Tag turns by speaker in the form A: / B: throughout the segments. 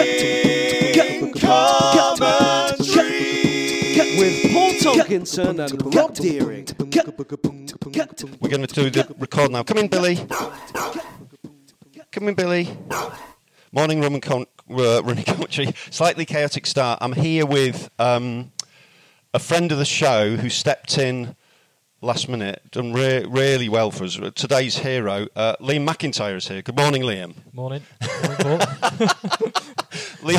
A: Running commentary with Paul Tomkinson and Rob Deering.
B: We're going to do the record now. Come in, Billy. Come in, Billy. Morning, Roman Con- uh, running commentary. Slightly chaotic start. I'm here with um, a friend of the show who stepped in last minute, done re- really well for us. Today's hero, uh, Liam McIntyre, is here. Good morning, Liam.
C: Morning. Morning, Paul.
B: Li-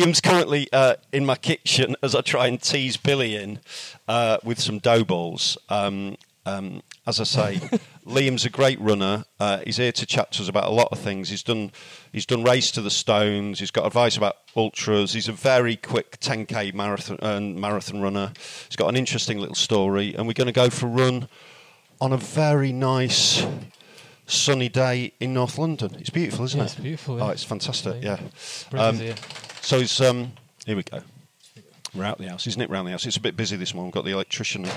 B: Liam's currently uh, in my kitchen as I try and tease Billy in uh, with some dough balls. Um, um, as I say, Liam's a great runner. Uh, he's here to chat to us about a lot of things. He's done he's done race to the stones. He's got advice about ultras. He's a very quick 10k marathon um, marathon runner. He's got an interesting little story, and we're going to go for a run on a very nice. Sunny day in North London. It's beautiful, isn't
C: Yeah,
B: it?
C: it's beautiful,
B: Oh,
C: yeah.
B: it's fantastic.
C: Yeah.
B: Yeah.
C: Brett is
B: Um,
C: here.
B: So it's um. Here we go. We're out the house, isn't it? Round the house. It's a bit busy this morning. We've got the electrician and-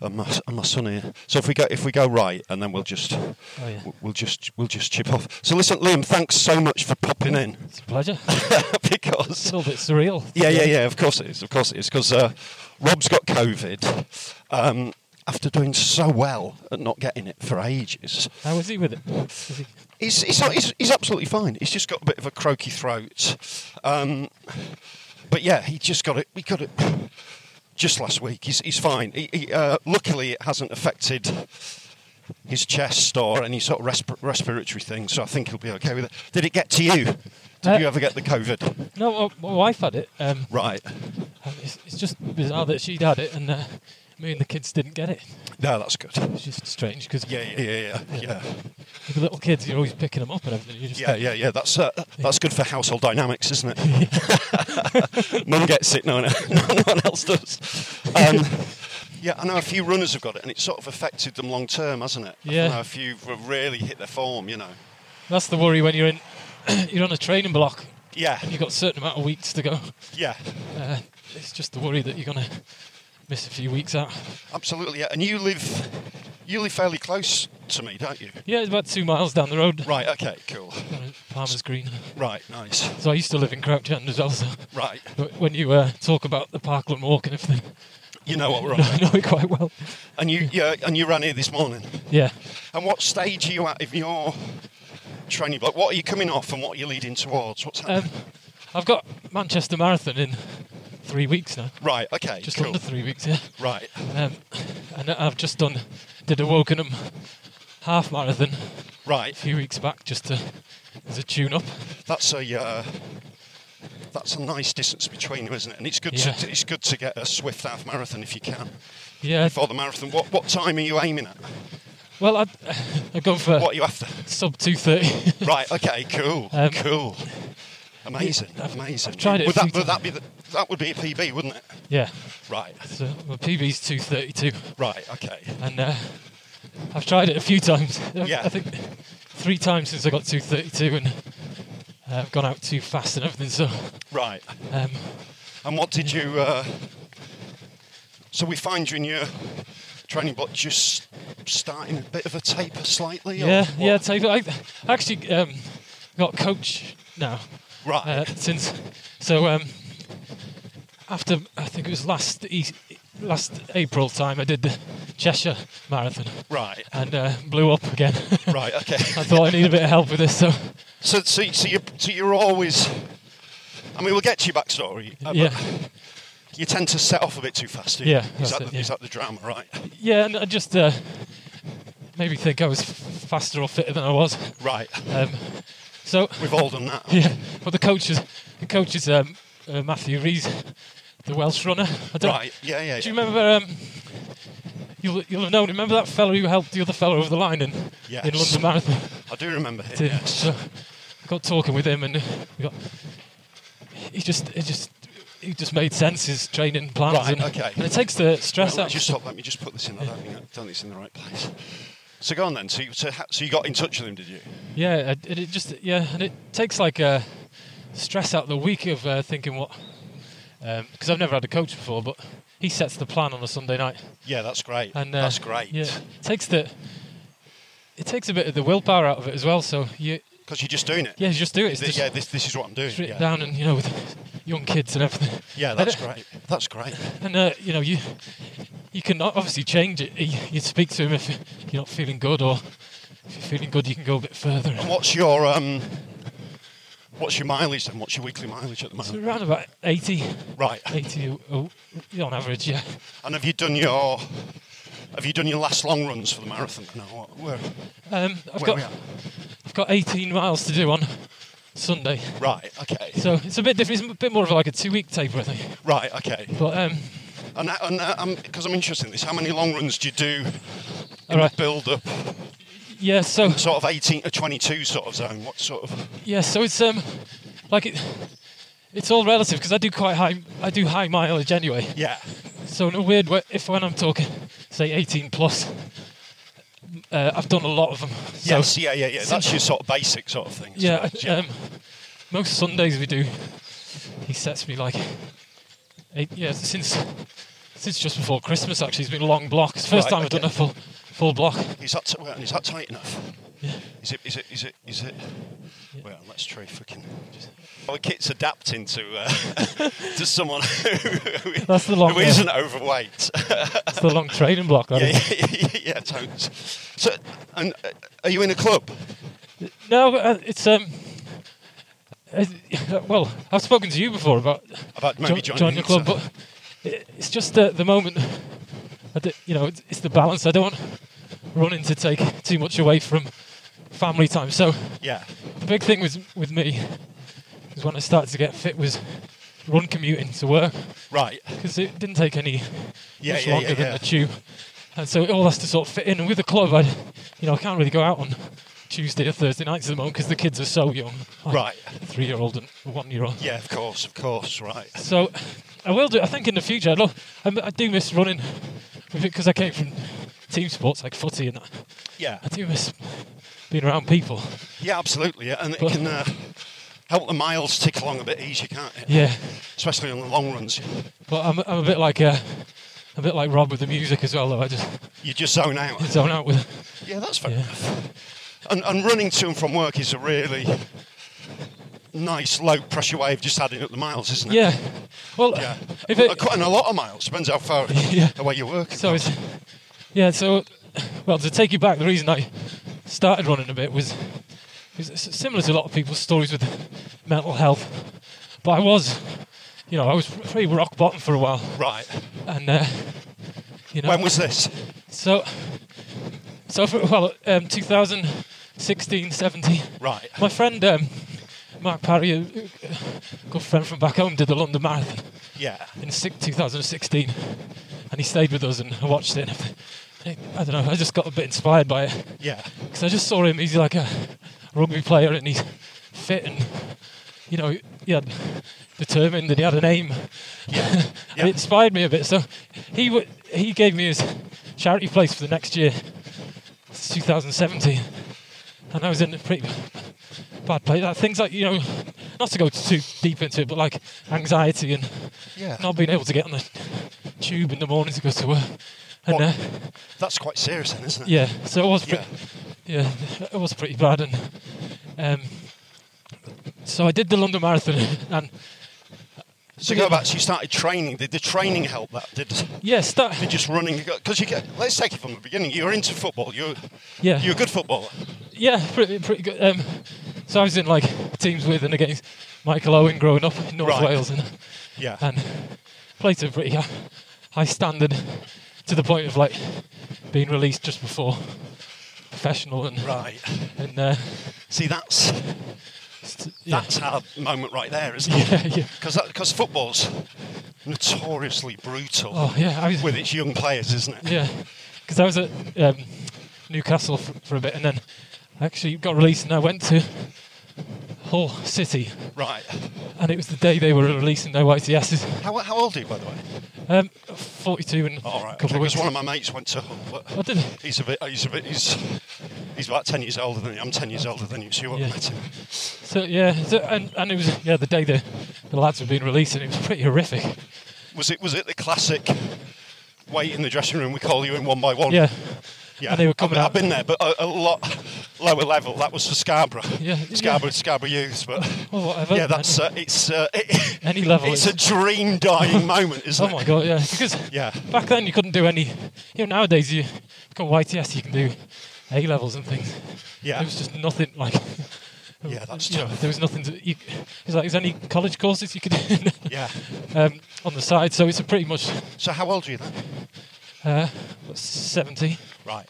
B: and my, and my son here. So if we go if we go right, and then we'll just
C: yeah.
B: we'll- we'll just we'll just chip off. So listen, Liam, thanks so much for popping in
C: It's a pleasure.
B: because
C: It's a little bit surreal.
B: yeah, yeah, yeah. Of course it is. Of course it is. Because uh, Rob's got COVID um, after doing so well at not getting it for ages.
C: How is he with it? Is he-
B: He's, he's, he's, he's absolutely fine. He's just got a bit of a croaky throat. Um, but yeah, he just got it. We got it just last week. He's, he's fine. He, he, uh, luckily, it hasn't affected his chest or any sort of resp- respiratory thing, so I think he'll be okay with it. Did it get to you? Did
C: Uh,
B: you ever get the COVID?
C: No, uh, my wife had it. Um,
B: Right.
C: it's, it's just bizarre that she'd had it and uh, me and the kids didn't get it.
B: No, that's good.
C: It's just strange because
B: Yeah, yeah, yeah, yeah, yeah,
C: with the little kids, you're always picking them up and everything. You just
B: yeah, yeah, yeah. That's uh, that's good for household dynamics, isn't it? Mum gets it, no one, no one else does. Um, yeah, I know a few runners have got it, and it's sort of affected them long term, hasn't it?
C: Yeah.
B: I know a few have really hit their form, you know.
C: That's the worry when you're in. you're on a training block.
B: Yeah,
C: You've got a certain amount of weeks to go.
B: yeah,
C: Uh, it's just the worry that you're gonna miss a few weeks out.
B: absolutely. Yeah. And you live you live fairly close to me, don't you?
C: Yeah, it's about two miles down the road.
B: Right. Okay. Cool.
C: down at Palmer's Green.
B: Right. Nice.
C: So I used to live in Crouch End as well. So
B: Right.
C: But when you uh, talk about the Parkland Walk and everything,
B: You know what we're
C: I
B: on.
C: know it quite well.
B: And you yeah, and you ran here this morning.
C: Yeah.
B: And what stage are you at of your training block? What are you coming off and what are you leading towards? What's happening?
C: Um, I've got Manchester Marathon in three weeks now.
B: right, okay.
C: Just
B: cool.
C: under three weeks, yeah.
B: Right,
C: Um, and I've just done, did a Wokingham half marathon a
B: right.
C: few weeks back just to, as a tune up.
B: That's a. Uh, that's a nice distance between them, isn't it? And it's good
C: Yeah.
B: to it's good to get a swift half marathon if you can
C: Yeah.
B: for the marathon. What what time are you aiming at?
C: Well, I'd, I'd gone for
B: What are you after?
C: sub 230.
B: right, okay, cool,
C: Um,
B: cool, amazing, amazing.
C: I've tried it a
B: Would that,
C: few
B: would that be the, that would be a PB, wouldn't it?
C: yeah.
B: Right,
C: So my PB's 232.
B: right, okay.
C: and uh, I've tried it a few times.
B: Yeah.
C: I think three times since I got 232, and uh, I've gone out too fast and everything. So,
B: Right.
C: um,
B: And what did you? Uh, so we find you in your training block just starting a bit of a taper slightly? or
C: Yeah,
B: what?
C: yeah. Take, I I actually um, got coach now
B: Right.
C: uh, since so um, after I think it was last e- last April time I did the Cheshire Marathon
B: right.
C: and uh, blew up again.
B: Right. Uh, Okay.
C: I thought I need a bit of help with this, so
B: So, so, so you're, so you're always. I mean, we'll get to your backstory. uh, but
C: yeah,
B: You tend to set off a bit too fast. do you?
C: Yeah,
B: Is
C: that's
B: that,
C: it,
B: the,
C: yeah.
B: is that the drama, right?
C: yeah, and I just uh, maybe think I was f- faster or fitter than I was.
B: Right.
C: Um, so
B: We've all done that.
C: Yeah, but the coach is the coach is um, uh, Matthew Rees, the Welsh runner. I don't,
B: Right. Yeah. Yeah.
C: Do you
B: yeah.
C: remember? Um, you'll you'll have known. Remember that fellow who helped the other fellow over the line in in
B: Yes.
C: London Marathon?
B: I do remember him.
C: Did-
B: yes.
C: So I got talking with him, and uh, we got he just it just. He just made sense his training plans,
B: Right,
C: and,
B: okay.
C: and it takes the stress
B: Well,
C: out.
B: let me just stop. Let me just put this in. I don't think I've done this in the right place. So go on then. So you, so, ha- so you got in touch with him, did you?
C: Yeah, and it, it just yeah, and it takes like uh, stress out the week of uh, thinking what because I've never had a coach before, but he sets the plan on a Sunday night,
B: Yeah, that's great.
C: and uh,
B: that's great.
C: Yeah, takes the it takes a bit of the willpower out of it as well. So you
B: Because you're just doing it.
C: yeah, you just do it. It's
B: Th-
C: just
B: yeah. This this is what I'm doing.
C: written
B: Yeah.
C: down, and you know with young kids and everything.
B: Yeah.
C: And
B: That's
C: it-
B: great. That's great.
C: And uh, you know you you can o- obviously change it. You, you speak to him if you're not feeling good, or if you're feeling good, you can go a bit further.
B: And what's your um? What's your mileage then? What's your weekly mileage at the
C: So
B: moment?
C: around about 80
B: Right.
C: 80 o- o- oh, on average, yeah.
B: And have you done your have you done your last long runs for the marathon? No. What, where,
C: Um, I've
B: where
C: got
B: we are?
C: I've got 18 miles to do on Sunday,
B: Right. Okay.
C: so it's a bit different. It's a bit more of like a two-week taper, I think.
B: Right. Okay.
C: But um,
B: And because and, uh, um 'cause I'm interested in this, how many long runs do you do?
C: all right,
B: Build up,
C: yeah. So
B: sort of 18 to 22 sort of zone. What sort of?
C: yeah, so it's um, like it, it's all relative because I do quite high. I do high mileage anyway.
B: Yeah.
C: So in a weird way, if when I'm talking, say 18 plus, uh, I've done a lot of them. So,
B: Yes. yeah. Yeah. Yeah. That's your sort of basic sort of thing. I
C: Yeah,
B: suppose,
C: um, most Sundays we do. He sets me like eight. Yeah, since since just before Christmas actually, it's been long blocks. First
B: Right,
C: time I've
B: okay.
C: done a full full block.
B: Is that t- well, is that tight enough? Is it? Is it? Is it? Is it? Well, let's try fucking. Our kit's adapting to uh, to someone who,
C: That's the long
B: who
C: one.
B: isn't overweight.
C: It's the long training block. that
B: yeah,
C: is.
B: yeah, yeah, yeah, totes. So, and uh, are you in a club?
C: No, uh, it's um. it- well, I've spoken to you before about
B: About maybe
C: jo-
B: joining
C: joining the
B: it,
C: club,
B: so-
C: but i- it's just uh, the moment. I d- you know, it's, it's the balance. I don't want running to take too much away from family time. So
B: Yeah.
C: The big thing was with me was when I started to get fit was run commuting to work
B: Right.
C: because it didn't take any
B: Yeah,
C: much
B: yeah,
C: longer
B: yeah,
C: than
B: yeah.
C: the tube, and so it all has to sort of fit in. And with the club, I you know I can't really go out on Tuesday or Thursday nights at the moment because the kids are so young, like
B: Right.
C: three-year-old and one-year-old.
B: Yeah, of course, of course, right.
C: So I will do. I think in the future, I, love, I, m- I do miss running because I came from team sports like footy and that.
B: Yeah,
C: I do miss being around people.
B: yeah, absolutely. Yeah. And it
C: But-
B: can uh, help the miles tick along a bit easier, can't it?
C: Yeah.
B: Especially on the long runs.
C: But I'm, I'm a bit like uh, a bit like Rob with the music as well, though. I just
B: You just zone out.
C: zone out with.
B: Yeah, that's fair
C: Yeah.
B: enough. And, and running to and from work is a really nice, low pressure way of just adding up the miles, isn't it?
C: Yeah. Well,
B: Yeah.
C: if it,
B: Quite- and a lot of miles, depends how far
C: Yeah.
B: away you work.
C: so it's yeah. So well, to take you back, the reason I started running a bit was was s- similar to a lot of people's stories with mental health. But I was, you know, I was pretty rock bottom for a while,
B: Right.
C: and uh, you know,
B: When was this?
C: so so for, well, um, 2016, 17.
B: Right.
C: My friend um, Mark Parry, a a good friend from back home, did the London Marathon
B: Yeah.
C: in six- 2016, and he stayed with us and I watched it. And I don't know. I just got a bit inspired by it
B: Yeah.
C: because I just saw him. He's like a rugby player and he's fit and you know he had determined and he had an aim.
B: Yeah.
C: And
B: Yeah.
C: it inspired me a bit. So he w- he gave me his charity place for the next year, it's 2017, and I was in a pretty bad place. Like, things like you know, not to go too deep into it, but like anxiety and
B: Yeah.
C: not being able to get on the tube in the morning to go to work. And
B: What-
C: uh,
B: That's quite serious, then, isn't it?
C: Yeah, so it was
B: Yeah.
C: pretty, yeah. it was pretty bad, and um, so I did the London Marathon, and
B: So go back. So you started training. Did the training help that? Did
C: yes, that
B: did just running? Because you get. Let's take it from the beginning. You were into football. You
C: Yeah.
B: You're a good footballer.
C: yeah, pretty pretty good. Um, so I was in like teams with and against Michael Owen growing up in North
B: Right.
C: Wales, and
B: Yeah.
C: and played to a pretty high, high standard to the point of like being released just before professional and
B: right.
C: and uh,
B: See, that's
C: st- yeah.
B: that's our moment right there, isn't it?
C: yeah, yeah.
B: Because because football's notoriously brutal
C: Oh yeah, I was
B: with its young players, isn't it?
C: Yeah, because I was at um, Newcastle for, for a bit, and then I actually got released, and I went to Hull City,
B: Right.
C: and it was the day they were releasing their YTSs.
B: How, how old are you, by the way? Oh,
C: Um, 42 in
B: All right.
C: a couple
B: okay,
C: of weeks.
B: Because one of my mates went to Hull.
C: I
B: But
C: did.
B: he's a bit. He's a bit. He's he's about ten years older than you. I'm ten years older than you. So you won't
C: Yeah.
B: met him.
C: So yeah, so, and, and it was yeah the day the, the lads were being released, and it was pretty horrific.
B: Was it was it the classic? Wait in the dressing room. We call you in one by one.
C: Yeah,
B: yeah.
C: and they were coming
B: I've,
C: out-
B: I've been there, but a, a lot lower level. That was for Scarborough.
C: Yeah, Oh,
B: Scarborough, Scarborough youths. But
C: Well, whatever.
B: yeah, that's uh, it's uh, it,
C: Any level
B: It's
C: is-
B: a dream dying moment, isn't
C: oh
B: it?
C: my god, yeah, because
B: Yeah.
C: back then you couldn't do any. You know, nowadays you become YTS, you can do A levels and things.
B: Yeah.
C: there was just nothing like.
B: Yeah, that's
C: you know,
B: tough.
C: there was nothing to. You, it's like there's any college courses you could do
B: Yeah.
C: um, on the side, so it's a pretty much
B: So how old are you then?
C: uh, what, 70,
B: Right.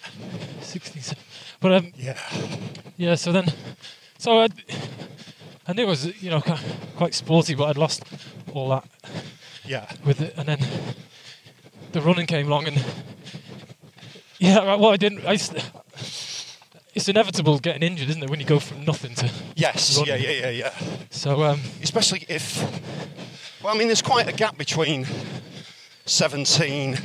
C: 60. so- But um,
B: Yeah.
C: yeah, so then, so I, I knew it was you know quite, quite sporty, but I'd lost all that
B: Yeah.
C: with it, and then the running came along, and yeah, right, well I didn't. I, s- it's inevitable getting injured, isn't it, when you go from nothing to
B: Yes.
C: Run.
B: Yeah. Yeah. Yeah. Yeah.
C: so. Um,
B: especially if well i mean there's quite a gap between 17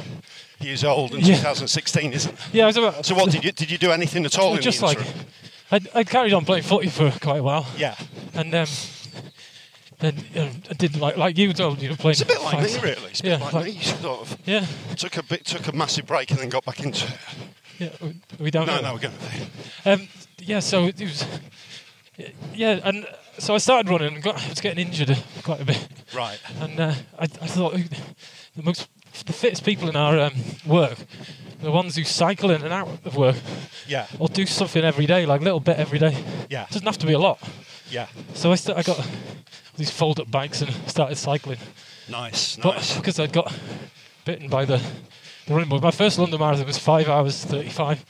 B: years old and
C: Yeah.
B: 2016 isn't there
C: yeah, I was about.
B: so what did you did you do anything at all
C: Well,
B: in
C: just
B: the
C: like
B: interim?
C: I'd, I'd carried on playing footy for quite a while,
B: yeah
C: and um, then um, I did like like you told you know playing.
B: it's a bit like
C: fives.
B: me really it's a
C: yeah,
B: bit like,
C: like-
B: me sort of
C: Yeah,
B: took a bit took a massive break and then got back into it
C: yeah, we, we don't.
B: no
C: know.
B: no we're going to
C: Um, yeah, so it was. Yeah, and so I started running and got, I was getting injured quite a bit,
B: right
C: and uh, I, I thought who- the most the fittest people in our um, work, the ones who cycle in and out of work
B: yeah
C: or do something every day, like a little bit every day.
B: Yeah.
C: doesn't have to be a lot.
B: yeah
C: So I, st- I got these fold up bikes and started cycling.
B: nice
C: But
B: nice
C: because I'd got bitten by the, the running bug, my first London marathon was 5 hours 35.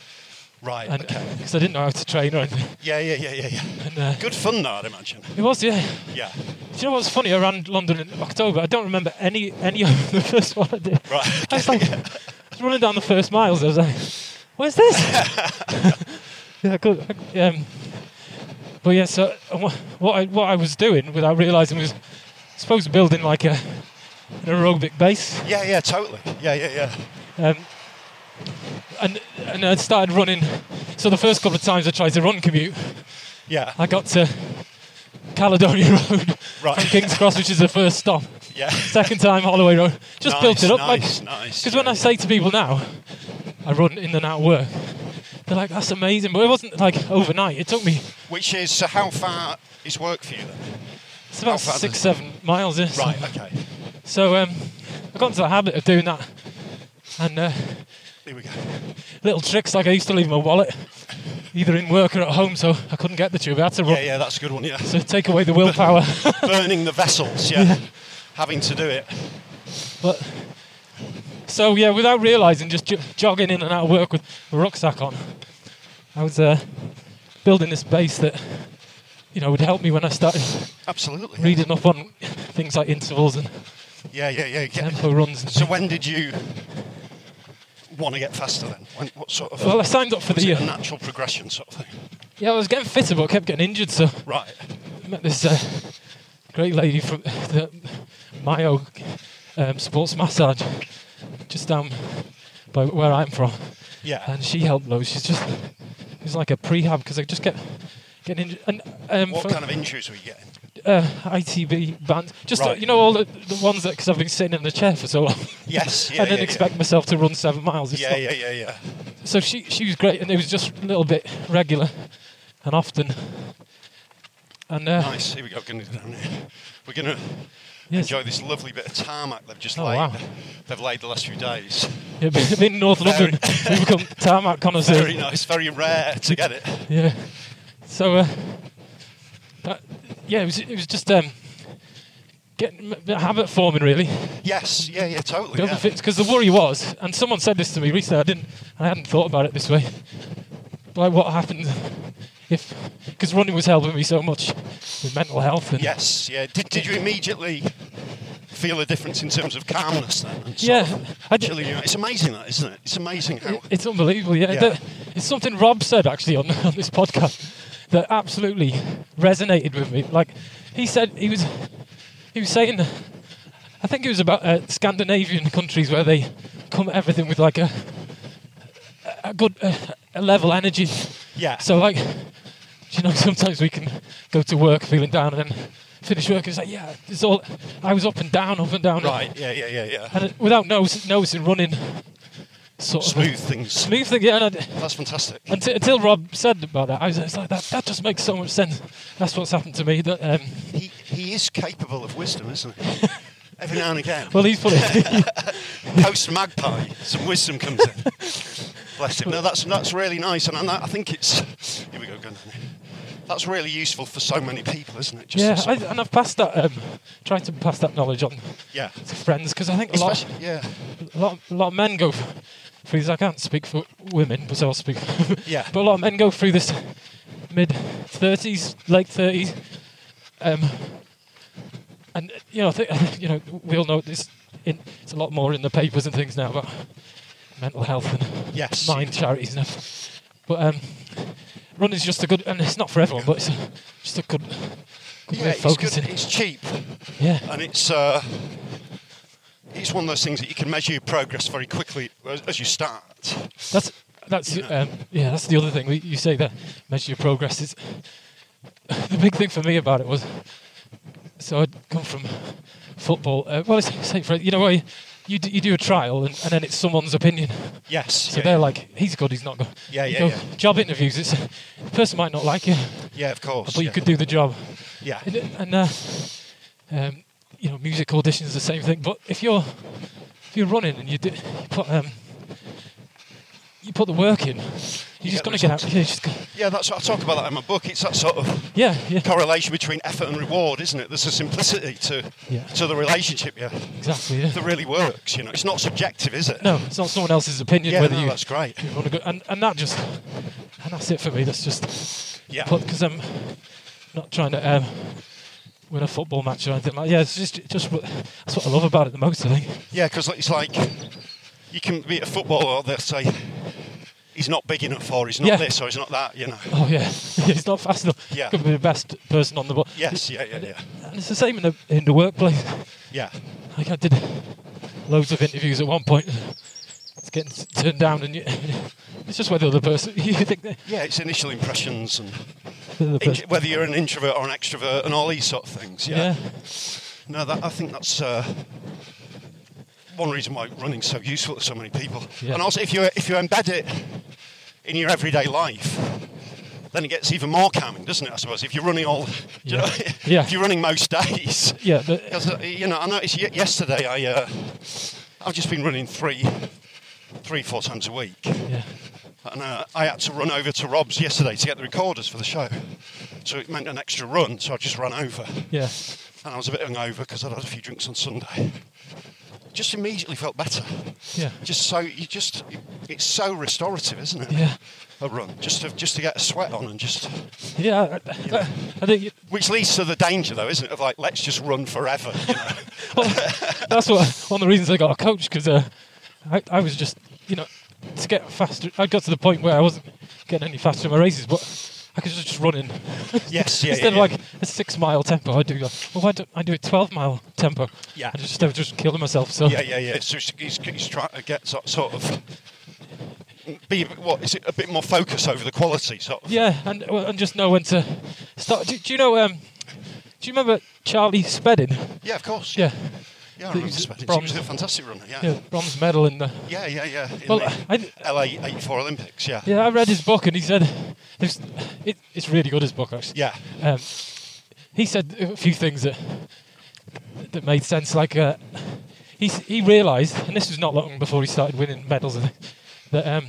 B: right
C: And because
B: okay
C: I didn't know how to train or anything.
B: yeah yeah yeah yeah yeah
C: And, uh,
B: good fun though i'd imagine
C: it was, yeah.
B: yeah
C: Do you know what's funny? I ran London in October. I don't remember any any of the first one I did.
B: right
C: I was like, I was running down the first miles. I was like, where's this? yeah, good. Um, but yeah, so wha- what I, what I was doing without realizing was, I suppose, building like a, an aerobic base.
B: yeah yeah totally yeah yeah yeah
C: Um, and, and I started running. So the first couple of times I tried to run commute,
B: yeah
C: I got to Caledonia Road
B: Right.
C: from King's Cross, which is the first stop.
B: yeah
C: Second time Holloway Road. Just
B: nice,
C: built it up. like,
B: nice nice
C: because when I say to people now, I run in and out of work, they're like, that's amazing. But it wasn't like overnight. It took me,
B: Which is so how far is work for you then?
C: it's
B: How
C: about
B: far
C: six,
B: does-
C: seven miles. Yes.
B: Right, okay.
C: So um, I got into the habit of doing that. And uh,
B: Here we go.
C: little tricks, like I used to leave my wallet either in work or at home, so I couldn't get the tube. I had to run
B: Yeah, yeah, that's a good one, yeah.
C: to take away the willpower.
B: Burning the vessels, yeah. Having to do it.
C: but so yeah, without realising, just j- jogging in and out of work with a rucksack on, I was uh, building this base that you know would help me when I started
B: Absolutely.
C: reading up on things like intervals and
B: Yeah, yeah, yeah. yeah.
C: tempo runs. And
B: So when did you want to get faster then? When, what sort of
C: well, I signed up for
B: was
C: the
B: it a
C: uh,
B: natural progression sort of thing?
C: yeah. I was getting fitter, but kept getting injured. So
B: Right.
C: I met this uh, great lady from the Mayo um, Sports Massage just down by where I'm from.
B: Yeah.
C: and she helped loads. She's just it was like a prehab because I just kept getting injured. And um,
B: what
C: for,
B: kind of injuries were you getting?
C: uh, ITB bands, just uh,
B: Right.
C: you know all the, the ones that because I've been sitting in the chair for so long.
B: Yes, yeah.
C: I didn't
B: yeah,
C: expect myself to run seven miles. It's
B: Yeah,
C: not-
B: yeah, yeah, yeah. yeah.
C: so she she was great, and it was just a little bit regular and often. And uh,
B: Nice. Here we go. Gonna, down here. We're going to
C: Yes.
B: enjoy this lovely bit of tarmac they've just
C: Oh,
B: laid.
C: wow.
B: They've laid the last few days.
C: yeah, being being in North London, we become tarmac connoisseurs.
B: Very nice. Very rare to get it.
C: Yeah. So, uh, that, yeah, it was it was just um, getting m- habit forming really.
B: Yes. Yeah. Yeah. Totally. yeah.
C: Because the worry was, and someone said this to me recently, I didn't, I hadn't thought about it this way. Like, what happened if? Because running was helping me so much with mental health. And
B: Yes. Yeah. Did, did you immediately feel a difference in terms of calmness then? And sort
C: Yeah,
B: of
C: I did-
B: chilling you out? It's amazing that, isn't it? It's amazing how.
C: It's unbelievable. Yeah,
B: Yeah.
C: That- it's something Rob said actually on, on this podcast that absolutely resonated with me. Like he said, he was he was saying, I think it was about uh, Scandinavian countries where they come at everything with like a a good uh, a level energy.
B: Yeah.
C: So like, you know, sometimes we can go to work feeling down and then finish work and it's like, yeah, it's all. I was up and down, up and down.
B: Right. Yeah. Yeah. Yeah. Yeah.
C: And it- without notice, noticing running, sort of a-
B: Smooth things.
C: smooth thing. Yeah, and I,
B: That's fantastic.
C: until, uh, until Rob said about that, I was, I was like, that, that just makes so much sense. That's what's happened to me. That, um,
B: He, he is capable of wisdom, isn't he? Every now and again.
C: well, he's fully.
B: post magpie, some wisdom comes in. Bless him. No, that's that's really nice, and, and I I think it's here we go. Go. on. That's really useful for so many people, isn't it? Just
C: yeah, I,
B: sort of-
C: and I've passed that. Um, tried to pass that knowledge on
B: yeah.
C: to friends because I think a lot,
B: Especially, yeah,
C: a lot, a lot of men go f- through this. I can't speak for women, but I'll speak.
B: Yeah.
C: But a lot of men go through this mid thirties, late thirties, um, and you know, I think, you know, we all know this. In, it's a lot more in the papers and things now about mental health and
B: Yes.
C: mind charities and stuff. But um, running's just a good, and it's not for everyone, but it's a, just a good, good
B: yeah.
C: way of
B: It's good.
C: focusing.
B: It's cheap,
C: Yeah.
B: and it's uh, it's one of those things that you can measure your progress very quickly as, as you start.
C: That's that's um, yeah. That's the other thing we, you say that measure your progress. Is the big thing for me about it was so I'd come from football. Uh, well, it's say for you know where you, you, do, you do a trial and, and then it's someone's opinion.
B: Yes.
C: So
B: yeah,
C: they're like, he's good, he's not good.
B: Yeah,
C: You
B: yeah,
C: go,
B: yeah.
C: Job interviews. It's the person might not like you,
B: yeah, of course.
C: but you
B: yeah.
C: could do the job.
B: yeah.
C: And, and uh, um, you know, music auditions the same thing. But if you're if you're running and you, do, you put um, you put the work in, you're just
B: get the
C: gonna get
B: results.
C: out. Yeah, you're just gonna,
B: Yeah, that's what I talk about that in my book. It's that sort of
C: yeah, yeah,
B: correlation between effort and reward, isn't it? There's a simplicity to
C: Yeah.
B: to the relationship, yeah,
C: exactly. Yeah.
B: that really works. You know, it's not subjective, is it?
C: No, it's not someone else's opinion
B: Yeah,
C: whether
B: no,
C: you.
B: that's great.
C: you wanna go- and and that just and that's it for me. That's just
B: Yeah.
C: because I'm not trying to um, win a football match or anything like. Yeah, it's just just what, that's what I love about it the most. I think.
B: Yeah, because it's like you can be a footballer, or they'll say he's not big enough, or he's not
C: Yeah.
B: this, or he's not that. You know.
C: Oh yeah, it's not fast enough.
B: Yeah.
C: could be the best person on the ball.
B: Yes. Yeah. Yeah. Yeah.
C: And it's the same in the in the workplace.
B: Yeah.
C: Like I did loads of interviews at one point. It's getting s- turned down, and you, it's just whether the person you think they
B: Yeah. It's initial impressions and
C: they're the
B: in-
C: person.
B: whether you're an introvert or an extrovert and all these sort of things. Yeah.
C: Yeah.
B: No, that, I think that's. Uh, one reason why running's so useful to so many people,
C: Yeah.
B: and also if you if you embed it in your everyday life, then it gets even more calming, doesn't it? I suppose if you're running all, do you know,
C: Yeah. Yeah.
B: if you're running most days,
C: yeah, the,
B: Because uh, you know, I noticed ye- yesterday I uh, I've just been running three, three four times a week,
C: yeah,
B: and uh, I had to run over to Rob's yesterday to get the recorders for the show, so it meant an extra run. So I just ran over, and
C: yeah,
B: I was a bit hungover because I'd had a few drinks on Sunday. Just immediately felt better.
C: yeah,
B: Just so you just it's so restorative, isn't it?
C: Yeah.
B: A run just to just to get a sweat on and just
C: yeah. I, I, I think you-
B: which leads to the danger though, isn't it? Of like let's just run forever. you know?
C: that's what one of the reasons I got a coach because uh, I, I was just you know to get faster. I got to the point where I wasn't getting any faster in my races, but I could just run in.
B: yes. Yeah. yeah,
C: Instead
B: yeah.
C: of like a six mile tempo, I do like, well, why don't I do a 12 mile tempo?
B: Yeah.
C: I just, I was just killing myself. So,
B: Yeah, yeah, yeah. So he's, he's, he's trying to get sort, sort of be a bit- what is it a bit more focus over the quality sort of.
C: Yeah, and, well, and just know when to start. Do, do you know, um, do you remember Charlie Spedding?
B: Yeah, of course.
C: Yeah.
B: Yeah, I
C: the-
B: remember Smedley. He
C: bronze-
B: was a fantastic runner. Yeah.
C: yeah, bronze medal in the
B: Yeah, yeah, yeah. In
C: Well,
B: the
C: I-
B: LA 84 Olympics, yeah.
C: Yeah, I read his book, and he said it's, it, it's really good. His book, actually.
B: Yeah.
C: Um, he said a few things that that made sense. Like uh, he s- he realised, and this was not long before he started winning medals, I think, that um,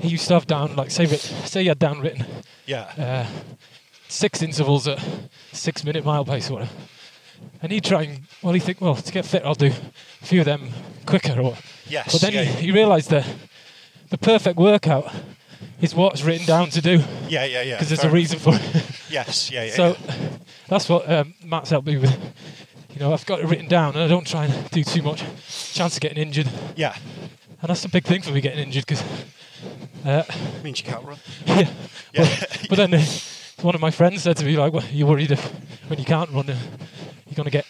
C: he used to have down like say writ- say he had down written
B: Yeah.
C: uh, six intervals at six minute mile pace or whatever. And he'd try and, well, he'd think, well, to get fit, I'll do a few of them quicker. Or,
B: Yes,
C: But then
B: yeah.
C: he, he realised that the perfect workout is what's written down to do
B: yeah, yeah, yeah.
C: because there's
B: Fair
C: a
B: enough.
C: reason for it.
B: Yes, yeah, yeah.
C: so
B: yeah.
C: that's what um, Matt's helped me with. You know, I've got it written down and I don't try and do too much chance of getting injured.
B: yeah.
C: And that's a big thing for me getting injured because, uh,
B: means you can't run.
C: yeah,
B: Yeah.
C: But then uh, one of my friends said to me, like, well, you're worried if when you can't run, uh, you're going to get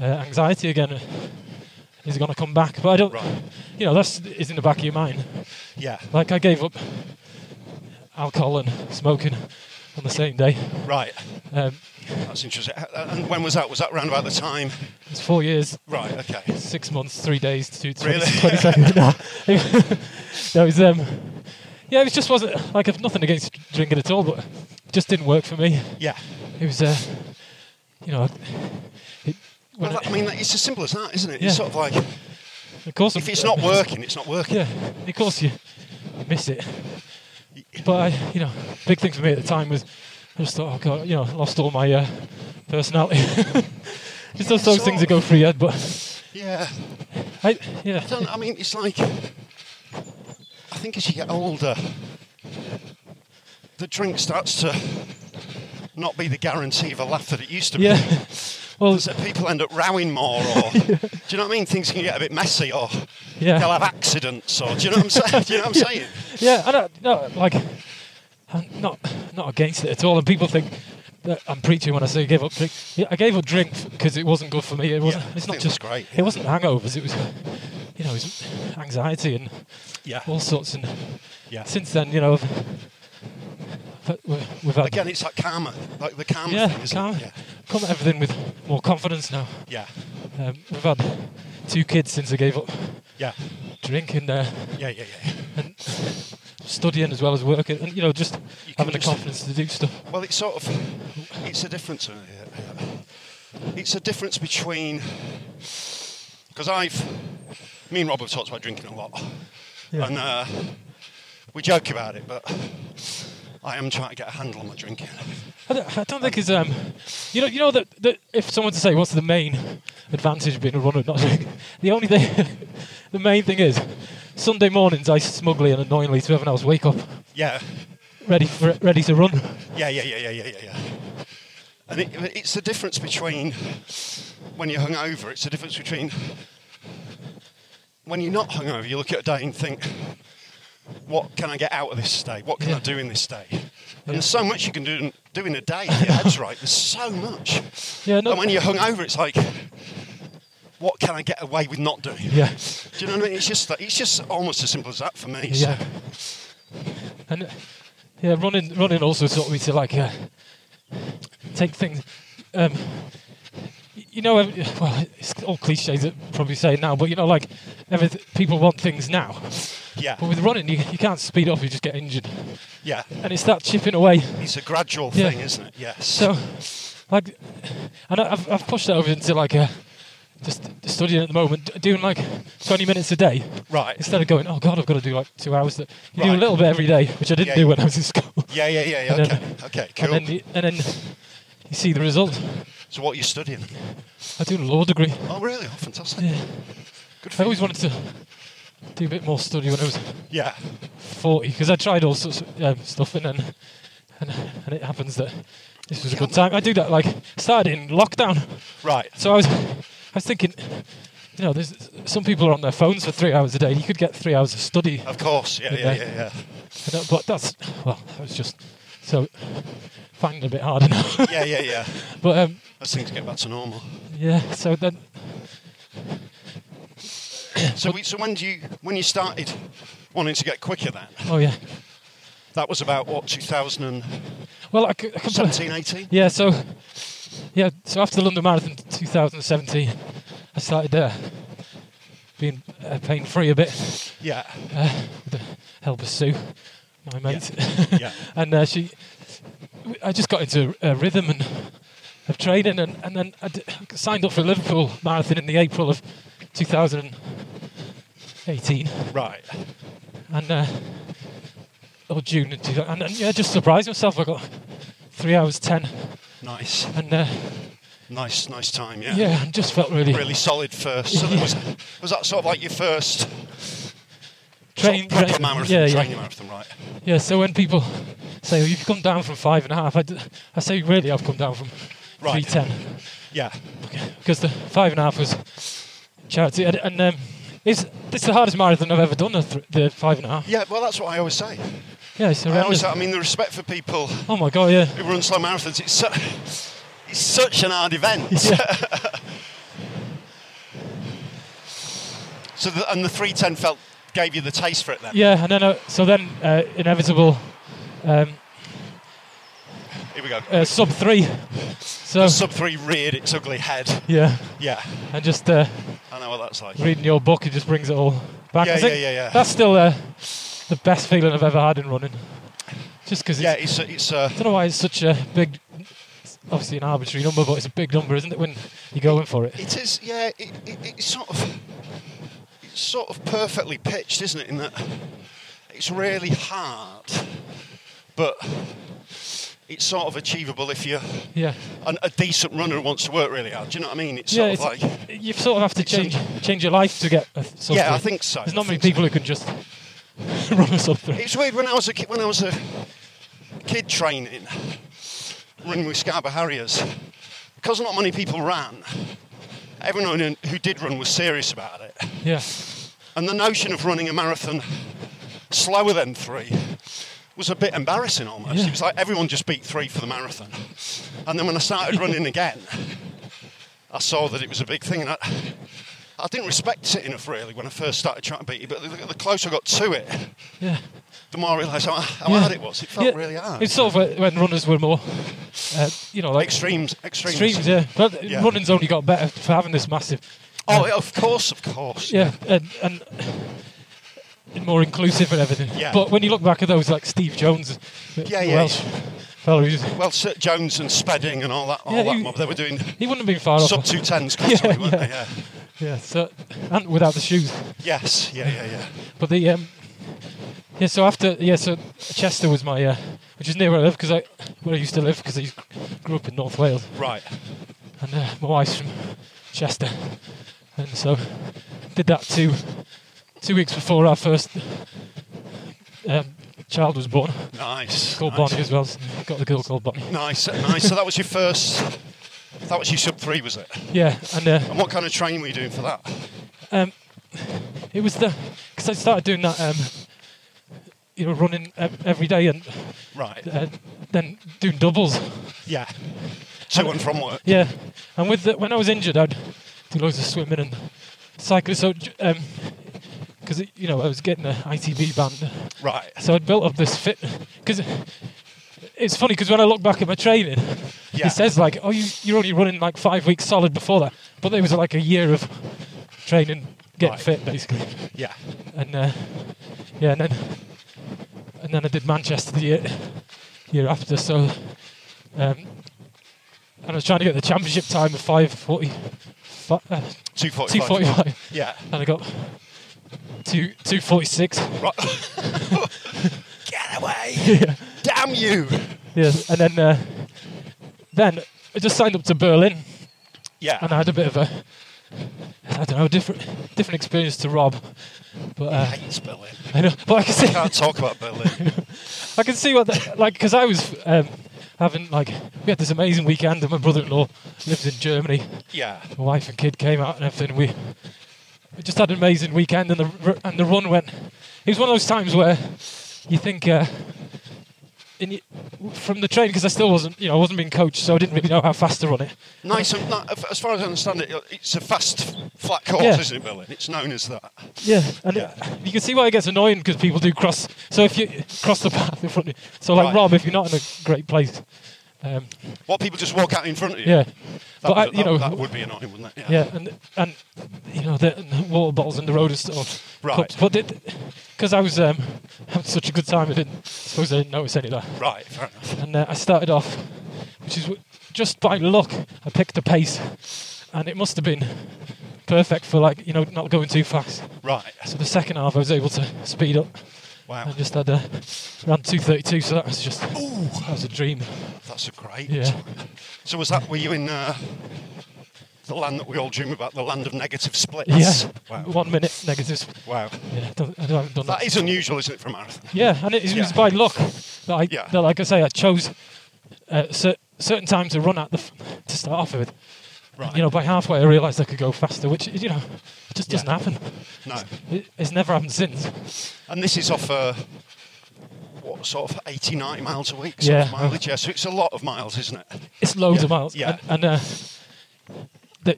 C: uh, anxiety again. uh, Is it going to come back? But I don't,
B: Right.
C: you know, that's is in the back of your mind.
B: yeah.
C: Like, I gave up alcohol and smoking on the same day.
B: Right.
C: Um,
B: That's interesting. Uh, And when was that? Was that round about the time?
C: it was four years,
B: Right, okay.
C: six months, three days, two, 20,
B: Really?
C: 20 seconds. No, it was, um, yeah, it just wasn't, like, I've nothing against drinking at all, but it just didn't work for me.
B: Yeah.
C: It was, uh, you know, it,
B: Well,
C: when
B: that, I mean, it's as simple as that, isn't it?
C: Yeah.
B: It's sort of like,
C: it- of course,
B: if it's not working, it's not working.
C: yeah, of course you, you miss it. But I, you know, big thing for me at the time was I just thought, oh god, you know, I lost all my uh, personality. just those, those
B: sort
C: things that
B: of.
C: go through your head, but
B: Yeah.
C: I, yeah,
B: I, don't, I mean, it's like, I think as you get older, the drink starts to not be the guarantee of a laugh that it used to be.
C: yeah. Well,
B: So people end up rowing more, or do you know what I mean? Things can get a bit messy, or
C: Yeah.
B: they'll have accidents, or do you know what I'm saying? Do you know what I'm saying?
C: yeah, I don't, no, like, I'm not, not against it at all. And people think that I'm preaching when I say give up drink. Yeah, I gave up drink because it wasn't good for me. It wasn't.
B: Yeah,
C: it's
B: I
C: not
B: think
C: just
B: that's great,
C: It wasn't hangovers. It was, you know, it was anxiety and
B: Yeah.
C: all sorts. And
B: Yeah.
C: since then, you know, I've, I've- we've we've had
B: Again, it's like karma, like the karma
C: yeah,
B: thing, isn't
C: calm,
B: it?
C: come at everything with more confidence now.
B: Yeah.
C: Um, we've had two kids since I gave up
B: Yeah.
C: drinking. Uh,
B: Yeah. Yeah. Yeah. yeah.
C: studying as well as working, and you know, just
B: You can
C: having the
B: just-
C: confidence to do stuff.
B: Well, it's sort of it's a difference. uh, yeah. It's a difference between because I've me and Rob have talked about drinking a lot,
C: Yeah.
B: and uh, we joke about it, but I am trying to get a handle on my drinking.
C: I don't, I don't think it's um, you know, you know that, that if someone to say what's the main advantage of being a runner, not the only thing, the main thing is Sunday mornings I smugly and annoyingly to everyone else wake up
B: Yeah,
C: ready for ready to run.
B: yeah, yeah, yeah, yeah, yeah, yeah. yeah. And it, it's the difference between when you're hungover. It's the difference between when you're not hungover. You look at a day and think, "What can I get out of this day? What can
C: Yeah.
B: I do in this day?"
C: Yeah.
B: And there's so much you can do in, do in a day. Yeah, that's right. There's so much.
C: Yeah, no,
B: And when you're hungover, it's like, "What can I get away with not doing?"
C: yeah,
B: Do you know what I mean? It's just that- it's just almost as simple as that for me. so-
C: yeah, and uh, yeah, running running also taught me to like uh, take things. Um, you know, ev- well, it's all cliches that probably say now, but you know, like, everyth- people want things now.
B: yeah,
C: But with running, you, you can't speed up, you just get injured.
B: yeah.
C: And it's that chipping away.
B: It's a gradual
C: Yeah.
B: thing, isn't it? Yes.
C: So, like, and I- I've, I've pushed that over into like a, just studying at the moment, d- doing like 20 minutes a day.
B: Right.
C: Instead of going, oh God, I've got to do like two hours. That, you do a
B: Right.
C: little bit every day, which I didn't
B: Yeah,
C: do
B: yeah.
C: when I was in school.
B: Yeah, yeah, yeah, yeah.
C: And
B: Okay,
C: then-
B: okay, cool.
C: And then, you, and then you see the result.
B: so, what are you studying?
C: I do a law degree.
B: Oh, really? Oh, fantastic.
C: Yeah.
B: Good for
C: I always
B: you.
C: wanted to do a bit more study when I was
B: Yeah,
C: 40 because I tried all sorts of um, stuff and then and, and it happens that this was a good time. I do that like started in lockdown,
B: right.
C: so I was I was thinking, you know, there's some people are on their phones for three hours a day. You could get three hours of study,
B: Of course. Yeah, yeah,
C: Okay.
B: yeah, yeah.
C: And that- but that's well, that was just so finding it a bit harder now.
B: Yeah, yeah, yeah.
C: but um,
B: As things get back to normal.
C: yeah, so then
B: So, we, so when do you when you started wanting to get quicker? Then
C: oh yeah,
B: that was about what 2017,
C: well I, c- I compl-
B: 18.
C: yeah so yeah, so after the London Marathon 2017, I started uh, being uh, pain free a bit
B: Yeah.
C: uh, with the help of Sue, my mate.
B: Yeah.
C: and uh, she, w- I just got into a rhythm and of training, and, and then I d- signed up for Liverpool Marathon in the April of 2018,
B: right.
C: and uh, or June, and, two- and, and yeah, just surprised myself. I got three hours ten,
B: Nice.
C: and uh,
B: Nice. Nice time. Yeah.
C: yeah, and just felt really,
B: Really solid first. So that was was that sort of like your first
C: trained.
B: proper
C: trained-
B: marathon,
C: yeah,
B: training
C: yeah,
B: marathon, right?
C: yeah. So when people say oh, you've come down from five and a half, I, d- I say really I've come down from three
B: Right.
C: ten.
B: Yeah.
C: because the five and a half was charity, and, and um, it's this is the hardest marathon I've ever done. The, th- the five and a half.
B: Yeah. Well, that's what I always say.
C: Yeah, it's
B: I always.
C: horrendous.
B: Say, I mean, the respect for people
C: Oh my god, yeah.
B: who run slow marathons. It's su- it's such an hard event.
C: yeah.
B: So the, and the three ten felt gave you the taste for it then.
C: yeah, and then uh, so then uh, inevitable um,
B: Here we go.
C: uh, sub three. So
B: Sub three reared its ugly head.
C: yeah,
B: Yeah.
C: and just uh,
B: I know what that's like.
C: reading your book, it just brings it all back.
B: Yeah,
C: I think
B: yeah, yeah, yeah.
C: That's still uh, the best feeling I've ever had in running. Just because
B: Yeah. It's a, it's a
C: I don't know why it's such a big, it's obviously an arbitrary number, but it's a big number, isn't it? When you're going for it.
B: It is, yeah. It, it, it's sort of, it's sort of perfectly pitched, isn't it? In that it's really hard, but it's sort of achievable if you're
C: Yeah.
B: an, a decent runner who wants to work really hard. Do you know what I mean? It's
C: yeah,
B: sort of like,
C: it's- you sort of have to
B: it's a-
C: change change your life to get a th- sub
B: yeah,
C: three.
B: I think so.
C: There's not
B: I
C: many
B: think so.
C: people who can just run a sub three.
B: It was weird when I was a kid. When I was a kid training, running with Scarborough Harriers, because not many people ran. Everyone who- who did run was serious about it.
C: Yeah,
B: And the notion of running a marathon slower than three was a bit embarrassing almost.
C: Yeah.
B: It was like everyone just beat three for the marathon. And then when I started running again, I saw that it was a big thing. And I, I didn't respect it enough really when I first started trying to beat it. But the, the closer I got to it,
C: yeah.
B: the more I realised how, how
C: yeah.
B: hard it was. It felt
C: Yeah,
B: really hard.
C: It's sort of uh, when runners were more, uh, you know, like
B: extremes, extremes.
C: extremes. Yeah, but
B: Yeah.
C: running's only got better for having this massive.
B: Oh, of course, of course.
C: Yeah, and, and more inclusive and everything.
B: Yeah.
C: But when you look back at those, like Steve Jones,
B: Yeah,
C: who
B: yeah.
C: else? fellow who's-
B: Well, Sir Jones and Spedding and all that, all
C: Yeah,
B: that
C: you-
B: mob, they were doing
C: he wouldn't have been far
B: sub
C: off.
B: 210s constantly,
C: Yeah,
B: weren't
C: yeah.
B: they? Yeah.
C: Yeah, so and without the shoes.
B: Yes, yeah, yeah, yeah.
C: But the um, yeah. So after yeah, so Chester was my uh, which is near where I live because I where I used to live because I used- grew up in North Wales
B: Right.
C: and uh, my wife's from Chester, and so did that two two weeks before our first um, child was born.
B: Nice.
C: Called
B: nice.
C: Bonnie as well. so Got the girl called Bonnie.
B: Nice, nice. So that was your first. That was your sub three, was it?
C: Yeah, and uh,
B: And what kind of training were you doing for that?
C: Um, it was the because I started doing that. Um, you know, running ev- every day and
B: Right.
C: uh, then doing doubles.
B: Yeah. To and from work.
C: Yeah, and with the, when I was injured, I'd do loads of swimming and cycling. So, because you know I was getting an ITB band,
B: Right.
C: so I'd built up this fit. Because it's funny because when I look back at my training,
B: Yeah.
C: it says like, oh, you, you're only running like five weeks solid before that, but there was like a year of training, getting
B: Right.
C: fit basically.
B: Yeah.
C: and uh, yeah, and then and then I did Manchester the year, year after. So, um, and I was trying to get the championship time of five forty, uh,
B: Two forty.
C: two forty-five,
B: Yeah.
C: and I got two two forty-six.
B: Right. Get away! Damn you!
C: Yes, and then uh, then I just signed up to Berlin,
B: Yeah.
C: and I had a bit of a I don't know different different experience to Rob, but
B: I
C: uh,
B: hate Berlin.
C: I know, but I can see.
B: Can't talk about Berlin.
C: I can see what, the, like, because I was um, having, like, we had this amazing weekend, and my brother in law lives in Germany.
B: Yeah.
C: My wife and kid came out and everything. We, we just had an amazing weekend, and the, r- and the run went. It was one of those times where you think, uh, in y from the train, because I still wasn't, you know, I wasn't being coached, so I didn't really know how fast to run it.
B: Nice. And, no, as far as I understand it, it's a fast, flat course,
C: Yeah.
B: isn't it, Berlin? It's known as that.
C: Yeah, and
B: Yeah.
C: It, you can see why it gets annoying because people do cross. So if you cross the path in front of you, so like
B: Right.
C: Rob, if you're not in a great place, Um,
B: What people just walk out in front of you.
C: yeah,
B: That,
C: but I,
B: would,
C: you
B: that-
C: know,
B: that would be annoying, wouldn't it?
C: yeah, and and you know the and the water bottles in the road and stuff.
B: Right.
C: Cups. But because I was um, having such a good time, I didn't suppose I didn't notice any of that.
B: Right. Fair enough.
C: And uh, I started off, which is wh- just by luck, I picked a pace, and it must have been perfect for like you know not going too fast.
B: Right.
C: So the second half, I was able to speed up.
B: Wow.
C: I just had uh, around 2:32, so that was just that was a dream.
B: That's a great.
C: Yeah.
B: So was that? Were you in uh, the land that we all dream about? The land of negative splits.
C: Yeah,
B: Wow.
C: one minute negatives.
B: Wow.
C: Yeah, don't, I don't- I haven't done that.
B: That is unusual, isn't it, for a marathon?
C: Yeah, and it, it was
B: Yeah.
C: by luck that I,
B: Yeah.
C: that, like I say, I chose a cer- certain time to run at the f- to start off with.
B: Right.
C: You know, by halfway I realised I could go faster, which you know, it just doesn't happen.
B: No.
C: It, it's never happened since.
B: And this is off uh, what sort of 80, 90 miles a week sort
C: Yeah.
B: of mileage. Yeah, so it's a lot of miles, isn't it?
C: It's loads
B: Yeah,
C: of miles.
B: yeah.
C: And, and uh, the,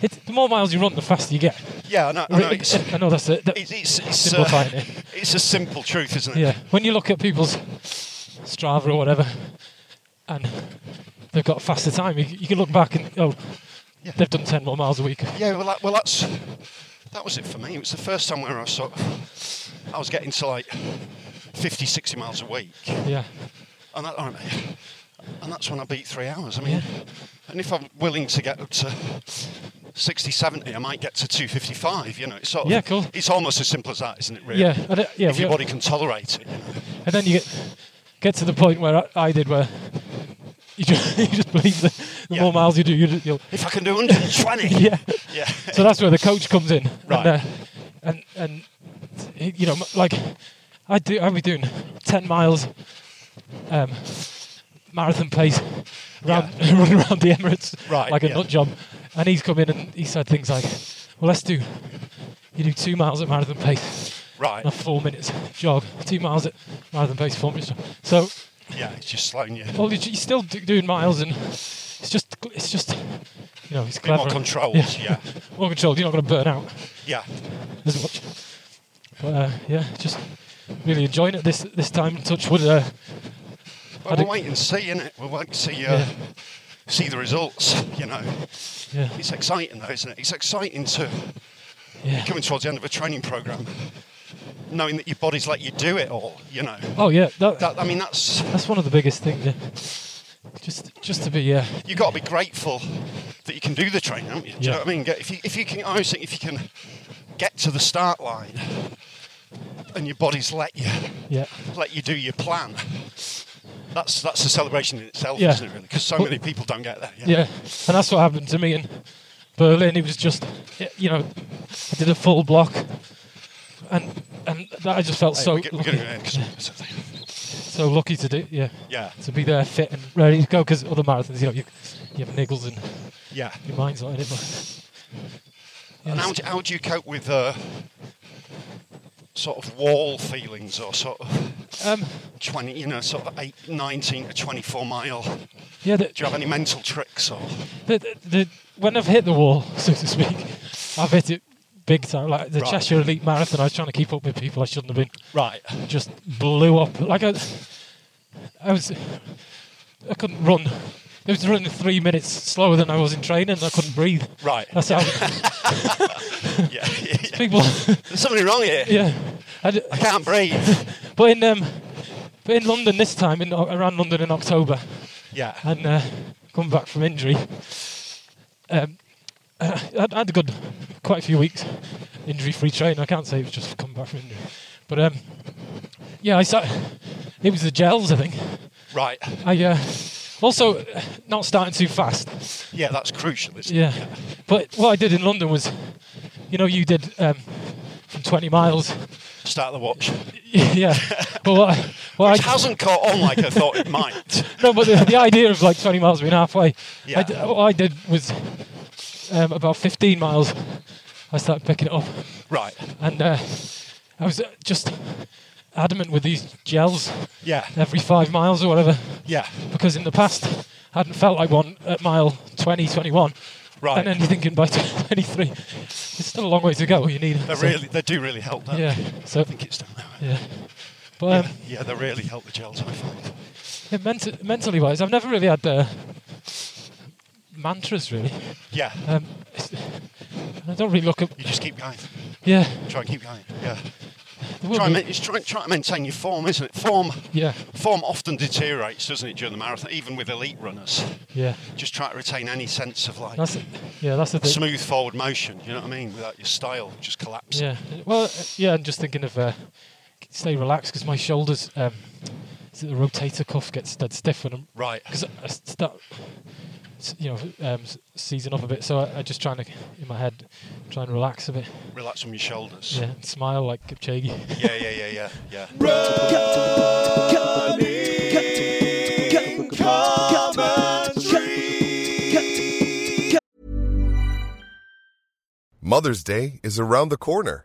C: it, the more miles you run, the faster you get.
B: Yeah, I know. I know
C: Re-
B: it's, it's,
C: I know that's it. That-
B: it's, it's, uh,
C: simplifying it.
B: it's a simple truth, isn't it?
C: Yeah, when you look at people's Strava or whatever, and they've got a faster time, you, you can look back and oh,
B: Yeah.
C: they've done ten more miles a week.
B: Yeah, well, that, well, that's that was it for me. It was the first time where I sort of, I was getting to like 50, 60 miles a week,
C: Yeah,
B: and that, I mean, and that's when I beat three hours. I mean, and if I'm willing to get up to 60, 70, I might get to 255. You know, it's sort of
C: Yeah, cool.
B: It's almost as simple as that, isn't it? Really?
C: yeah, and, uh, yeah.
B: if your
C: we-
B: body can tolerate it. You know.
C: and then you get get to the point where I, I did, where you just, you just believe that the
B: Yeah.
C: more miles you do, you just, you'll
B: If I can do 120, yeah,
C: yeah. So that's where the coach comes in,
B: Right.
C: And, uh, and and you know, m- like I do, I'll be doing ten miles, um, marathon pace, round, running around the Emirates,
B: Right,
C: like a
B: yeah.
C: nut job. And he's come in and he said things like, "Well, let's do you do two miles at marathon pace,
B: right,
C: and a four minutes jog, two miles at marathon pace, four minutes." jog." So
B: yeah, it's just slowing you.
C: well, you're still do- doing miles, and it's just it's just you know, it's
B: Bit more
C: clever.
B: controlled, yeah.
C: More controlled. You're not going to burn out
B: yeah,
C: as much. But uh, yeah, just really enjoying it this this time. Touch wood. Uh,
B: Well,
C: do-
B: we'll wait and see, innit? We'll wait and see, uh,
C: Yeah.
B: see the results. You know,
C: yeah,
B: It's exciting though, isn't it? It's exciting to
C: yeah.
B: coming towards the end of a training program, knowing that your body's let you do it all. You know,
C: Oh yeah, that,
B: that, I mean, that's
C: that's one of the biggest things. Yeah. Just just to be uh, yeah,
B: you've got to be grateful that you can do the training, haven't you? Do you
C: Yeah.
B: know what I mean? Get- If you, if you can, I always think if you can get to the start line and your body's let you
C: yeah,
B: let you do your plan. That's that's a celebration in itself,
C: Yeah.
B: isn't it? Really, because so many people don't get that.
C: yeah. And that's what happened to me in Berlin. It was just y- you know, I did a full block, and and that, I just felt
B: Hey,
C: so
B: we're get- we're
C: lucky-
B: gonna go in 'cause it's a thing.
C: so lucky to do yeah.
B: Yeah.
C: To be there, fit and ready to go, because other marathons, you know, you, you have niggles and
B: yeah.
C: your mind's not in it. But
B: And
C: yeah, it's-
B: how do, how do you cope with uh, sort of wall feelings or sort of
C: Um,
B: 20, you know, sort of eight, 19 to 24 mile? Do
C: yeah, the,
B: you have any mental tricks or?
C: the, the, the, when I've hit the wall, so to speak, I've hit it big time. Like the
B: Right.
C: Cheshire Elite Marathon, I was trying to keep up with people I shouldn't have been.
B: Right.
C: Just blew up. Like I, I was, I couldn't run. I was running three minutes slower than I was in training. and I couldn't breathe.
B: Right.
C: That's how
B: Yeah.
C: people.
B: There's something wrong here.
C: yeah. I d-
B: I can't breathe.
C: but in um, but in London this time, in around London in October,
B: Yeah.
C: and uh, coming back from injury, um, I had- I had a good, quite a few weeks injury-free training. I can't say it was just coming back from injury, but um, yeah, I sat. It was the gels, I think.
B: Right.
C: I uh, also uh, not starting too fast.
B: Yeah, that's crucial, isn't it?
C: Yeah, but what I did in London was, you know, you did um, from 20 miles.
B: Start the watch.
C: yeah, but what I, what
B: Which
C: I,
B: hasn't caught on like I thought it might.
C: no, but the, the idea of like 20 miles being halfway,
B: Yeah.
C: I d- what I did was um, about 15 miles, I started picking it up.
B: Right.
C: And uh, I was uh, just adamant with these gels
B: Yeah.
C: every five miles or whatever,
B: Yeah.
C: because in the past, I hadn't felt like one at mile 20, 21.
B: Right.
C: And then you're thinking by 23, it's still a long way to go. You need
B: They
C: so-
B: really, they do really help. Don't
C: yeah.
B: They?
C: So
B: I think it's down there.
C: yeah, but um,
B: yeah, they really help the gels. I find.
C: Yeah, ment- mentally wise, I've never really had uh, mantras really.
B: Yeah.
C: Um, it's- I don't really look at.
B: you just keep going.
C: Yeah.
B: Try and keep going. Yeah.
C: there will
B: Try, and,
C: be-
B: ma- it's try, try to maintain your form, isn't it? Form
C: yeah.
B: form often deteriorates, doesn't it, during the marathon, even with elite runners.
C: Yeah.
B: Just try to retain any sense of like
C: That's. Yeah, that's the thing.
B: smooth forward motion, you know what I mean? Without your style just collapsing.
C: Yeah. Well, uh, yeah, I'm just thinking of uh, stay relaxed because my shoulders, um, is it the rotator cuff gets dead stiff when I'm
B: Right.
C: because I start, s- you know, um, s- seizing up a bit. So I, I just trying to in my head try and relax a bit.
B: Relax from your shoulders.
C: Yeah, and smile like Kipchoge.
B: Yeah, yeah, yeah, yeah, yeah.
D: Mother's Day is around the corner.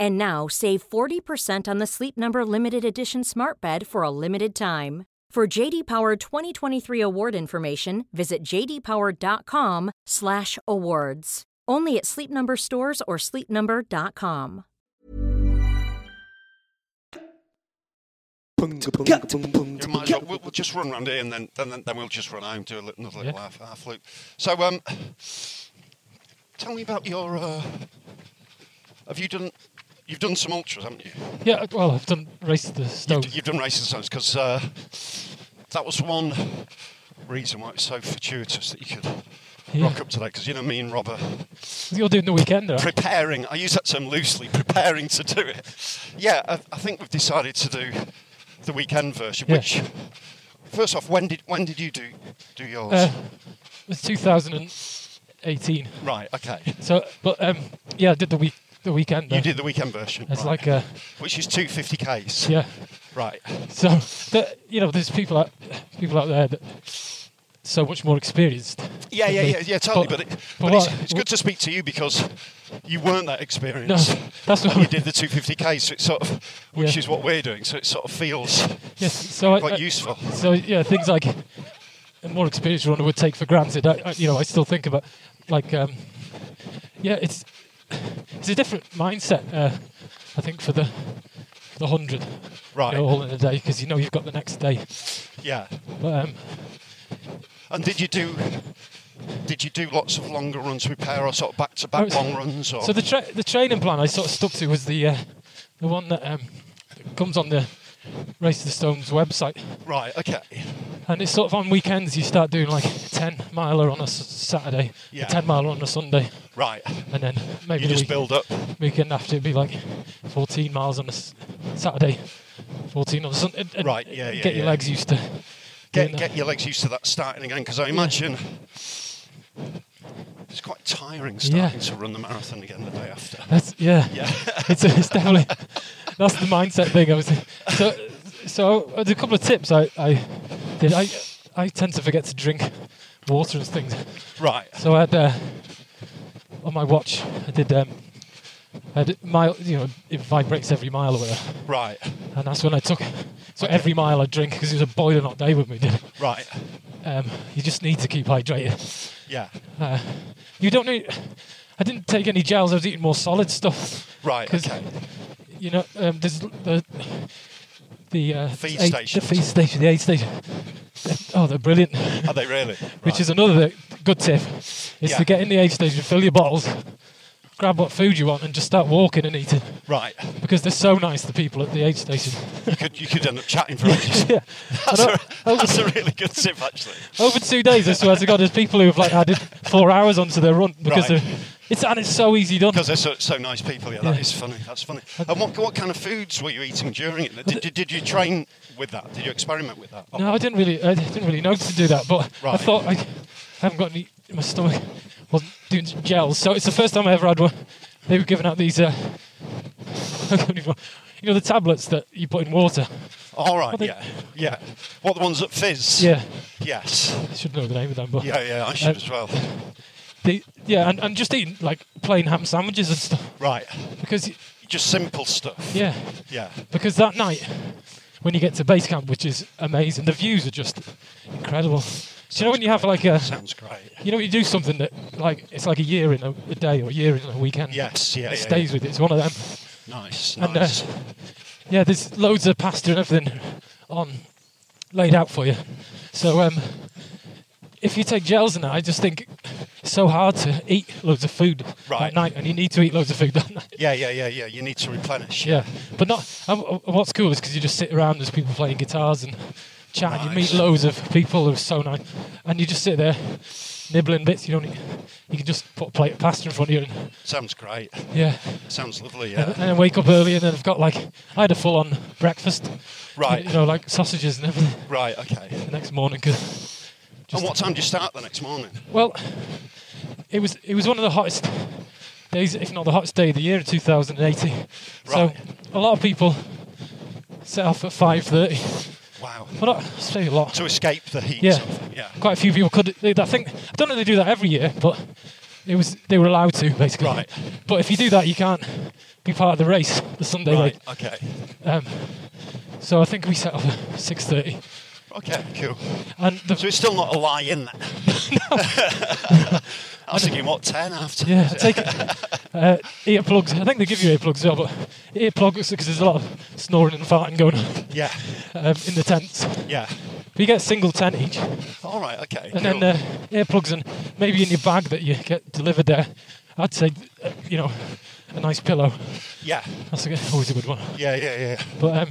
E: And now save 40% on the Sleep Number limited edition Smart Bed for a limited time. For JD Power 2023 award information, visit jdpower.com/awards. Only at Sleep Number stores or sleepnumber.com.
B: You might as well, we'll, we'll just run round here and then, then, then, then we'll just run home, do a, li- another little
C: Yeah.
B: half, half loop. So, um, tell me about your. Uh, have you done. You've done some ultras, haven't you?
C: yeah. Well, I've done race the
B: You've,
C: stones.
B: d- you've done racing zones because uh, that was one reason why it's so fortuitous that you could
C: Yeah.
B: rock up today. Because you know me and Rob are
C: You're doing the weekend, right?
B: preparing. I use that term loosely. Preparing to do it. Yeah, I, I think we've decided to do the weekend version.
C: Yeah.
B: Which, first off, when did when did you do do yours?
C: Uh, it was 2018.
B: right. Okay.
C: So, but um, yeah, I did the week the weekend.
B: You
C: uh,
B: did the weekend version.
C: It's
B: right,
C: like a
B: which is two fifty k's.
C: yeah.
B: Right.
C: So the, you know, there's people out people out there that so much more experienced.
B: Yeah,
C: than
B: yeah,
C: me.
B: yeah, yeah, totally. But, it, but,
C: what-
B: it's, it's good to speak to you because you weren't that
C: No,
B: experienced.
C: that's what
B: you did the 250k, so it sort of, which
C: Yeah.
B: is what we're doing. So it sort of feels
C: Yes, so I,
B: quite
C: I-
B: useful.
C: So yeah, things like a more experienced runner would take for granted. I, I, you know, I still think about like um, yeah, it's it's a different mindset. Uh, I think for the the hundred,
B: Right.
C: you know, all in a day because you know you've got the next day.
B: Yeah.
C: But um,
B: And did you do? Did you do lots of longer runs with pair or sort of back to
C: I
B: back
C: was-
B: long runs? Or
C: So the tra- the training plan I sort of stuck to was the uh, the one that um, comes on the Race to the Stones website,
B: right, okay,
C: and it's sort of on weekends you start doing like a ten miler on a s- Saturday,
B: Yeah.
C: a ten miler on a Sunday,
B: right.
C: and then maybe
B: You
C: the
B: just
C: week-
B: build up.
C: weekend after it'd be like fourteen miles on a s- Saturday, fourteen on a Sunday. and- and
B: Right, yeah, yeah,
C: Get your
B: yeah.
C: legs used to.
B: Get
C: doing that.
B: get your legs used to that starting again because I imagine. It's quite tiring
C: Yeah.
B: starting to run the marathon again the day after.
C: That's yeah.
B: Yeah.
C: it's, it's definitely that's the mindset thing. I was so so. uh, There's a couple of tips I I did. I I tend to forget to drink water and things.
B: Right.
C: So I had uh, on my watch. I did um. I had mile. You know, it vibrates every mile or whatever,
B: Right.
C: and that's when I took. it. So every mile I drink because it was a boiling hot day with me. Did
B: Right.
C: um, you just need to keep hydrated.
B: Yeah.
C: You don't need. I didn't take any gels. I was eating more solid stuff.
B: Right,
C: 'Cause,
B: okay.
C: You know, um, there's l- the the uh,
B: Feed
C: aid-
B: stations.
C: the feed station, the aid station. They're- Oh, they're brilliant.
B: Are they really?
C: Which is another good tip: is
B: Yeah.
C: to get in the aid station, fill your bottles, grab what food you want, and just start walking and eating.
B: Right.
C: Because they're so nice, the people at the aid station.
B: You could you could end up chatting for ages.
C: yeah.
B: That's,
C: And
B: a,
C: o- over-
B: that's a really good tip, actually.
C: Over two days, I swear to God, there's people who have like added four hours onto their run because
B: Right.
C: they're, it's and it's so easy done.
B: Because they're so, so nice people. Yeah, that
C: Yeah.
B: is funny. That's funny. And what, what kind of foods were you eating during it? Did, did, did you train with that? Did you experiment with that? Oh,
C: No, I didn't really, I didn't really know to do that, but I
B: Right.
C: thought I, I haven't got any. My stomach wasn't doing gels, so it's the first time I ever had one. They were giving out these, uh, I don't even- you know, the tablets that you put in water.
B: Oh, All right.
C: they-
B: yeah. Yeah. What the ones that fizz?
C: Yeah,
B: Yes.
C: I should know the name of them, but
B: Yeah. Yeah. I should
C: Uh,
B: as well.
C: they, yeah, and, and just eating like plain ham sandwiches and stuff
B: Right.
C: because, y-
B: Just simple stuff.
C: yeah,
B: Yeah.
C: because that night when you get to base camp, which is amazing, the views are just incredible. Do you know when you have like a
B: Sounds great.
C: You know, you do something that, like, it's like a year in a, a day or a year in a weekend.
B: Yes. Yeah.
C: It
B: yeah,
C: stays
B: yeah.
C: with it. It's one of them.
B: Nice.
C: And, uh,
B: Nice.
C: Yeah, there's loads of pasta and everything on, laid out for you. So, um, if you take gels and that, I just think it's so hard to eat loads of food
B: Right.
C: at night, and you need to eat loads of food that night.
B: yeah. Yeah. Yeah. Yeah. You need to replenish.
C: Yeah, but not. Um, uh, what's cool is because you just sit around, there's people playing guitars and chatting. You meet
B: Nice.
C: loads of people who are so nice, and you just sit there nibbling bits. You don't. Need, you can just put a plate of pasta in front of you, and
B: Sounds great.
C: yeah.
B: Sounds lovely.
C: And
B: Yeah.
C: then wake up early, and then I've got like I had a full-on breakfast,
B: Right.
C: You know, like sausages and everything
B: Right. Okay.
C: the next morning. 'cause-
B: and what time do you start the next morning?
C: well, it was it was one of the hottest days, if not the hottest day of the year in 2018. So
B: Right.
C: a lot of people set off at 5:30.
B: Wow.
C: Well, not say a lot.
B: To escape the heat.
C: Yeah.
B: sort of thing, Yeah.
C: Quite a few people could. They, I think I don't know if they do that every year, but it was they were allowed to basically.
B: Right.
C: But if you do that, you can't be part of the race the Sunday
B: Right.
C: race.
B: Okay.
C: Um, so I think we set up at six thirty,
B: Okay. Cool.
C: and the,
B: So it's still not a lie in there. I was thinking, what, 10 after?
C: yeah, I take it. Uh, earplugs. I think they give you earplugs as well, but earplugs because there's a lot of snoring and farting going on
B: Yeah.
C: um, in the tents.
B: Yeah.
C: But you get a single tent each,
B: All right, okay.
C: and
B: cool.
C: then uh, earplugs and maybe in your bag that you get delivered there. I'd say, uh, you know, a nice pillow.
B: yeah.
C: That's a good, always a good one.
B: Yeah, yeah, yeah.
C: But um,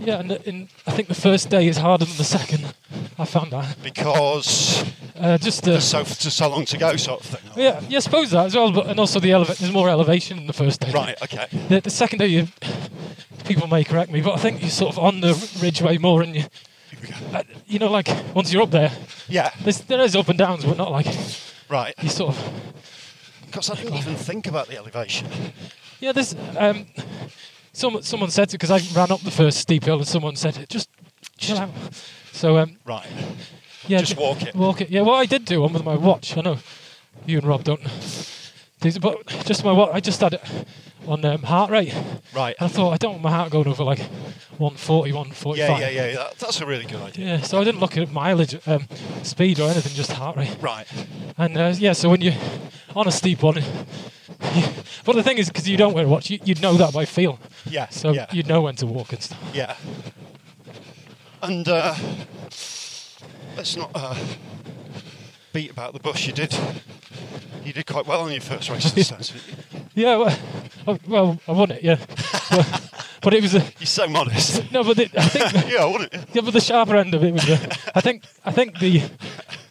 C: yeah, and, and I think the first day is harder than the second. I found that.
B: Because
C: Uh, just uh,
B: there's so, there's so long to go, sort of thing.
C: yeah, yeah, I suppose that as well. But and also the eleva- there's more elevation in the first day.
B: Right, okay.
C: The, the second day, you, people may correct me, but I think you're sort of on the ridgeway more, and you,
B: Here we go.
C: uh, you know, like once you're up there,
B: Yeah,
C: there's, there is up and downs, but not like
B: right.
C: you sort of
B: Because I didn't even think about the elevation.
C: Yeah, this. Um, someone someone said it because I ran up the first steep hill, and someone said just chill out. So um,
B: Right.
C: yeah,
B: Just
C: ju-
B: walk it.
C: Walk it. Yeah. Well, I did do one with my watch. I know you and Rob don't. do this, But just my watch. I just had it on um, heart rate.
B: Right.
C: I thought I don't want my heart going over like 140, 145.
B: Yeah, yeah, yeah. That, that's a really good idea.
C: Yeah, so I didn't look at mileage, um, speed, or anything, just heart rate.
B: Right.
C: And uh, yeah, so when you on a steep one, but the thing is, because you don't wear a watch, you, you'd know that by feel.
B: Yeah,
C: So
B: yeah.
C: you'd know when to walk and stuff.
B: Yeah. And uh, let's not uh, beat about the bush. You did. You did quite well on your first race. this season.
C: Yeah. Well, oh, well I won it. Yeah. but, but it was a,
B: You're so modest.
C: no, but the, I think
B: yeah, I wouldn't. you?
C: yeah, but the sharper end of it was. Uh, I think I think the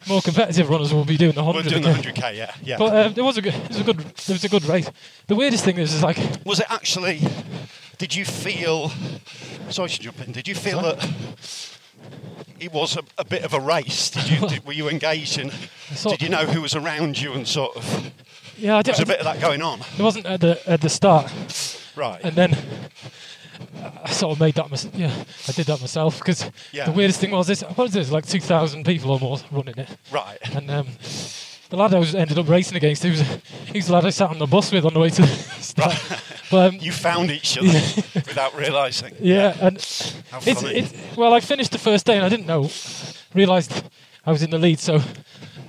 C: more competitive runners will be doing the
B: We're
C: hundred.
B: doing the 100k. Yeah, yeah.
C: But uh, there was a good, it was a good, it was a good race. The weirdest thing is, is like
B: was it actually? Did you feel? Sorry to jump in. Did you feel that it was a, a bit of a race? Did you? Did, were you engaged in?
C: sort-
B: Did you know who was around you and sort of? There
C: yeah, I did,
B: was a bit of that going on.
C: it wasn't at the at the start.
B: Right.
C: and then I sort of made that mis- yeah I did that myself because
B: Yeah.
C: the weirdest thing was this what is this like 2,000 people or more running it
B: right.
C: and um, the lad I was ended up racing against he was he was the lad I sat on the bus with on the way to the start but um,
B: You found each other without realising.
C: yeah and
B: How
C: it's,
B: funny.
C: it's, well I finished the first day and I didn't know realised I was in the lead so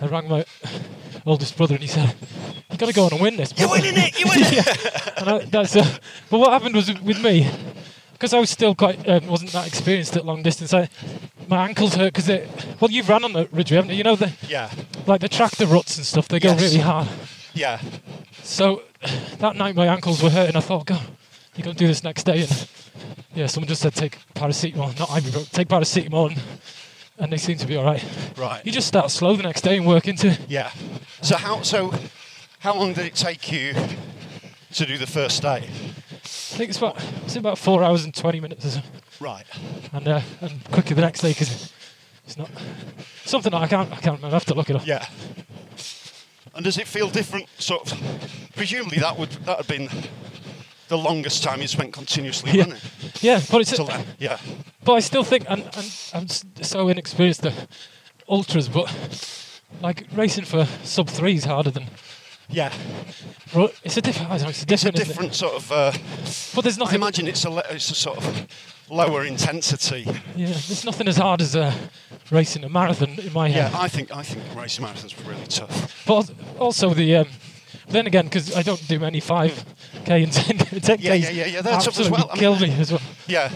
C: I rang my oldest brother and he said you got to go on and win this
B: You're
C: brother."
B: winning it. You're winning it.
C: And I, that's, uh, but what happened was with me, because I was still quite um, wasn't that experienced at long distance. I, my ankles hurt because they. Well, you've run on the Ridgeway, haven't you? You know the
B: Yeah.
C: like the tractor ruts and stuff. They go
B: Yes.
C: really hard.
B: Yeah.
C: So that night my ankles were hurting. I thought, God, you're gonna do this next day. And yeah, someone just said take paracetamol, not ibuprofen. Take paracetamol, and, and they seem to be all right.
B: Right.
C: You just start slow the next day and work into. it.
B: Yeah. So how so how long did it take you to do the first day?
C: I think it's about it's about four hours and twenty minutes or so.
B: Right.
C: and uh, and quicker the next day because it's not something I can't I can't remember. I have to look it up.
B: Yeah. And does it feel different? Sort of. Presumably that would that had been the longest time you spent continuously
C: Yeah.
B: running.
C: Yeah, but it's
B: Till then. Yeah.
C: but I still think and, and I'm s- so inexperienced at ultras, but like racing for sub three is harder than.
B: Yeah.
C: ru- It's a different. I don't know, it's a
B: It's a
C: different. isn't it?
B: different sort of. Uh,
C: But there's
B: I
C: nothing.
B: imagine it's a le- it's a sort of lower intensity.
C: Yeah, there's nothing as hard as uh, racing a marathon in my
B: Yeah.
C: head.
B: I think I think racing marathons are really tough.
C: But als- also the. Um, then again, because I don't do many five k and ten k.
B: Yeah, yeah, yeah, yeah, that's up as
C: absolutely
B: well. I mean,
C: kill me as well.
B: Yeah.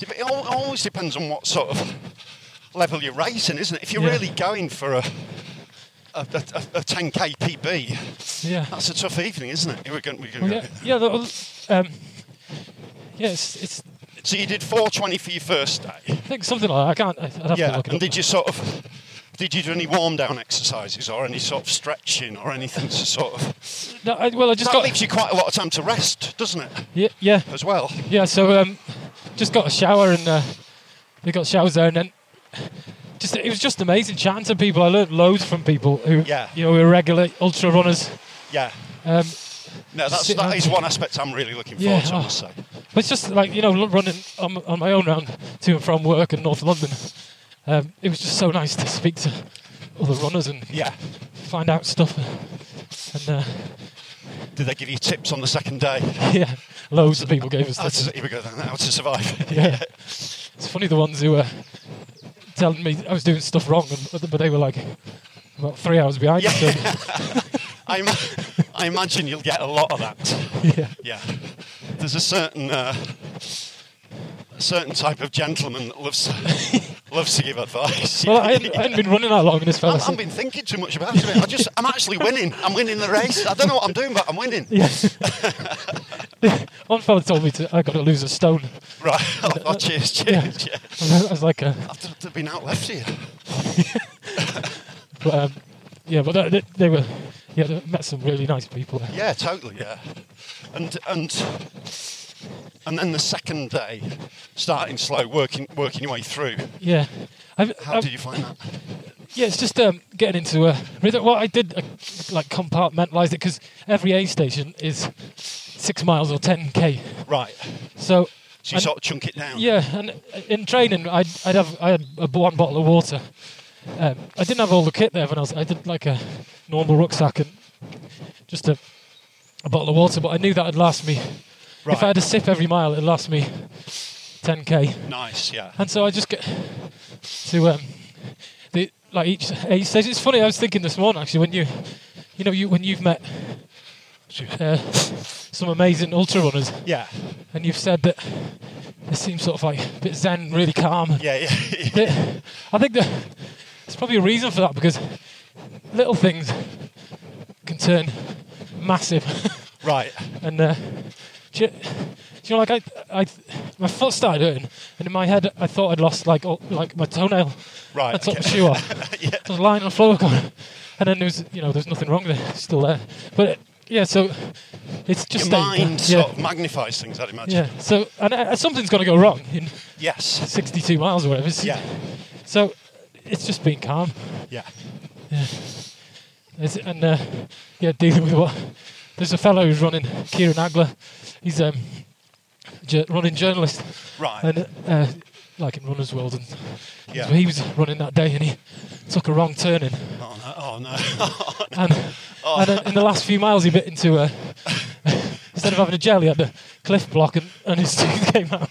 B: But It al- always depends on what sort of level you're racing, isn't it? If you're
C: Yeah.
B: really going for a a, a, a- a 10k PB,
C: Yeah.
B: that's a tough evening, isn't it? We're going, we're going
C: Well, Oh, yeah, yeah. The, oth- um, yeah, it's, it's
B: So you did 420 for your first day.
C: I think something like that. I can't. I- I'd have to
B: Yeah.
C: look it
B: And
C: up.
B: did you sort of did you do any warm down exercises or any sort of stretching or anything to sort of?
C: No, I, well, I just
B: That
C: got.
B: leaves you quite a lot of time to rest, doesn't it?
C: Yeah, yeah,
B: As well.
C: yeah. So um, just got a shower and uh, we got showers there, and then just it was just amazing chatting to people. I learned loads from people who,
B: Yeah.
C: you know, were regular ultra runners.
B: Yeah.
C: Um,
B: No, that's,
C: sit
B: that
C: down.
B: is one aspect I'm really looking
C: Yeah,
B: forward to. I
C: oh.
B: must say.
C: but it's just like you know, lo- running on, on my own round to and from work in North London. Um, it was just so nice to speak to other runners and
B: Yeah.
C: find out stuff. And uh,
B: Did they give you tips on the second day?
C: yeah, loads of people gave us
B: How
C: stuff.
B: to, here we go. then, How to survive.
C: yeah. It's funny the ones who were telling me I was doing stuff wrong, and, but they were like about three hours behind.
B: Yeah.
C: So,
B: I, ima- I imagine you'll get a lot of that.
C: yeah.
B: Yeah. There's a certain uh, a certain type of gentleman that loves loves to give advice.
C: Well, I hadn't, I hadn't been running that long in this
B: I
C: fella.
B: haven't
C: so-
B: been thinking too much about it. I just, I'm actually winning. I'm winning the race. I don't know what I'm doing, but I'm winning.
C: Yeah. One fella told me to, I got to lose a stone.
B: Right. Oh, cheers, cheers. Yeah.
C: I was like, uh,
B: I've d- been out left here.
C: but, um, yeah, but they, they were, yeah, they met some really nice people.
B: Yeah, totally. Yeah, and and and then the second day, starting slow, working working your way through.
C: Yeah. I've,
B: How
C: I've-
B: did you find that?
C: Yeah, it's just um, getting into a rhythm. Well, I did uh, like compartmentalize it because every aid station is six miles or 10k.
B: Right.
C: So
B: So you
C: and-
B: sort of chunk it down.
C: Yeah, and in training, I'd, I'd have I had a, one bottle of water. Um, I didn't have all the kit there when I was. I did like a normal rucksack and just a, a bottle of water, but I knew that'd last me.
B: Right.
C: If I had a sip every mile, it'd last me 10k.
B: Nice. Yeah.
C: And so I just get to um, the like each age stage. It's funny. I was thinking this morning actually when you, you know, you when you've met uh, some amazing ultra runners
B: Yeah.
C: and you've said that it seems sort of like a bit zen, really calm.
B: Yeah. Yeah.
C: It- I think that there's probably a reason for that because little things can turn massive.
B: right.
C: and uh, do, you, do you know, like I, I, my foot started hurting, and in my head I thought I'd lost like all, like my toenail.
B: Right,
C: I took my
B: okay.
C: shoe off. I was lying on the floor, going, and then there was you know there's nothing wrong there, it's still there. But uh, yeah, so it's just
B: Your
C: stayed-
B: mind
C: yeah.
B: sort of magnifies things, I'd imagine.
C: Yeah. So and uh, something's going to go wrong in
B: Yes.
C: 62 miles or whatever. It's-
B: Yeah.
C: So it's just being calm.
B: Yeah.
C: It's, and uh, yeah, dealing with what. There's a fellow who's running, Kieran Agler. He's um, ju- running journalist.
B: Right.
C: And uh, like in Runner's World, and
B: Yeah.
C: so he was running that day, and he took a wrong turning,
B: Oh no. Oh no.
C: and, and then in the last few miles he bit into a. instead of having a jelly, he had a cliff block, and, and his tooth came out.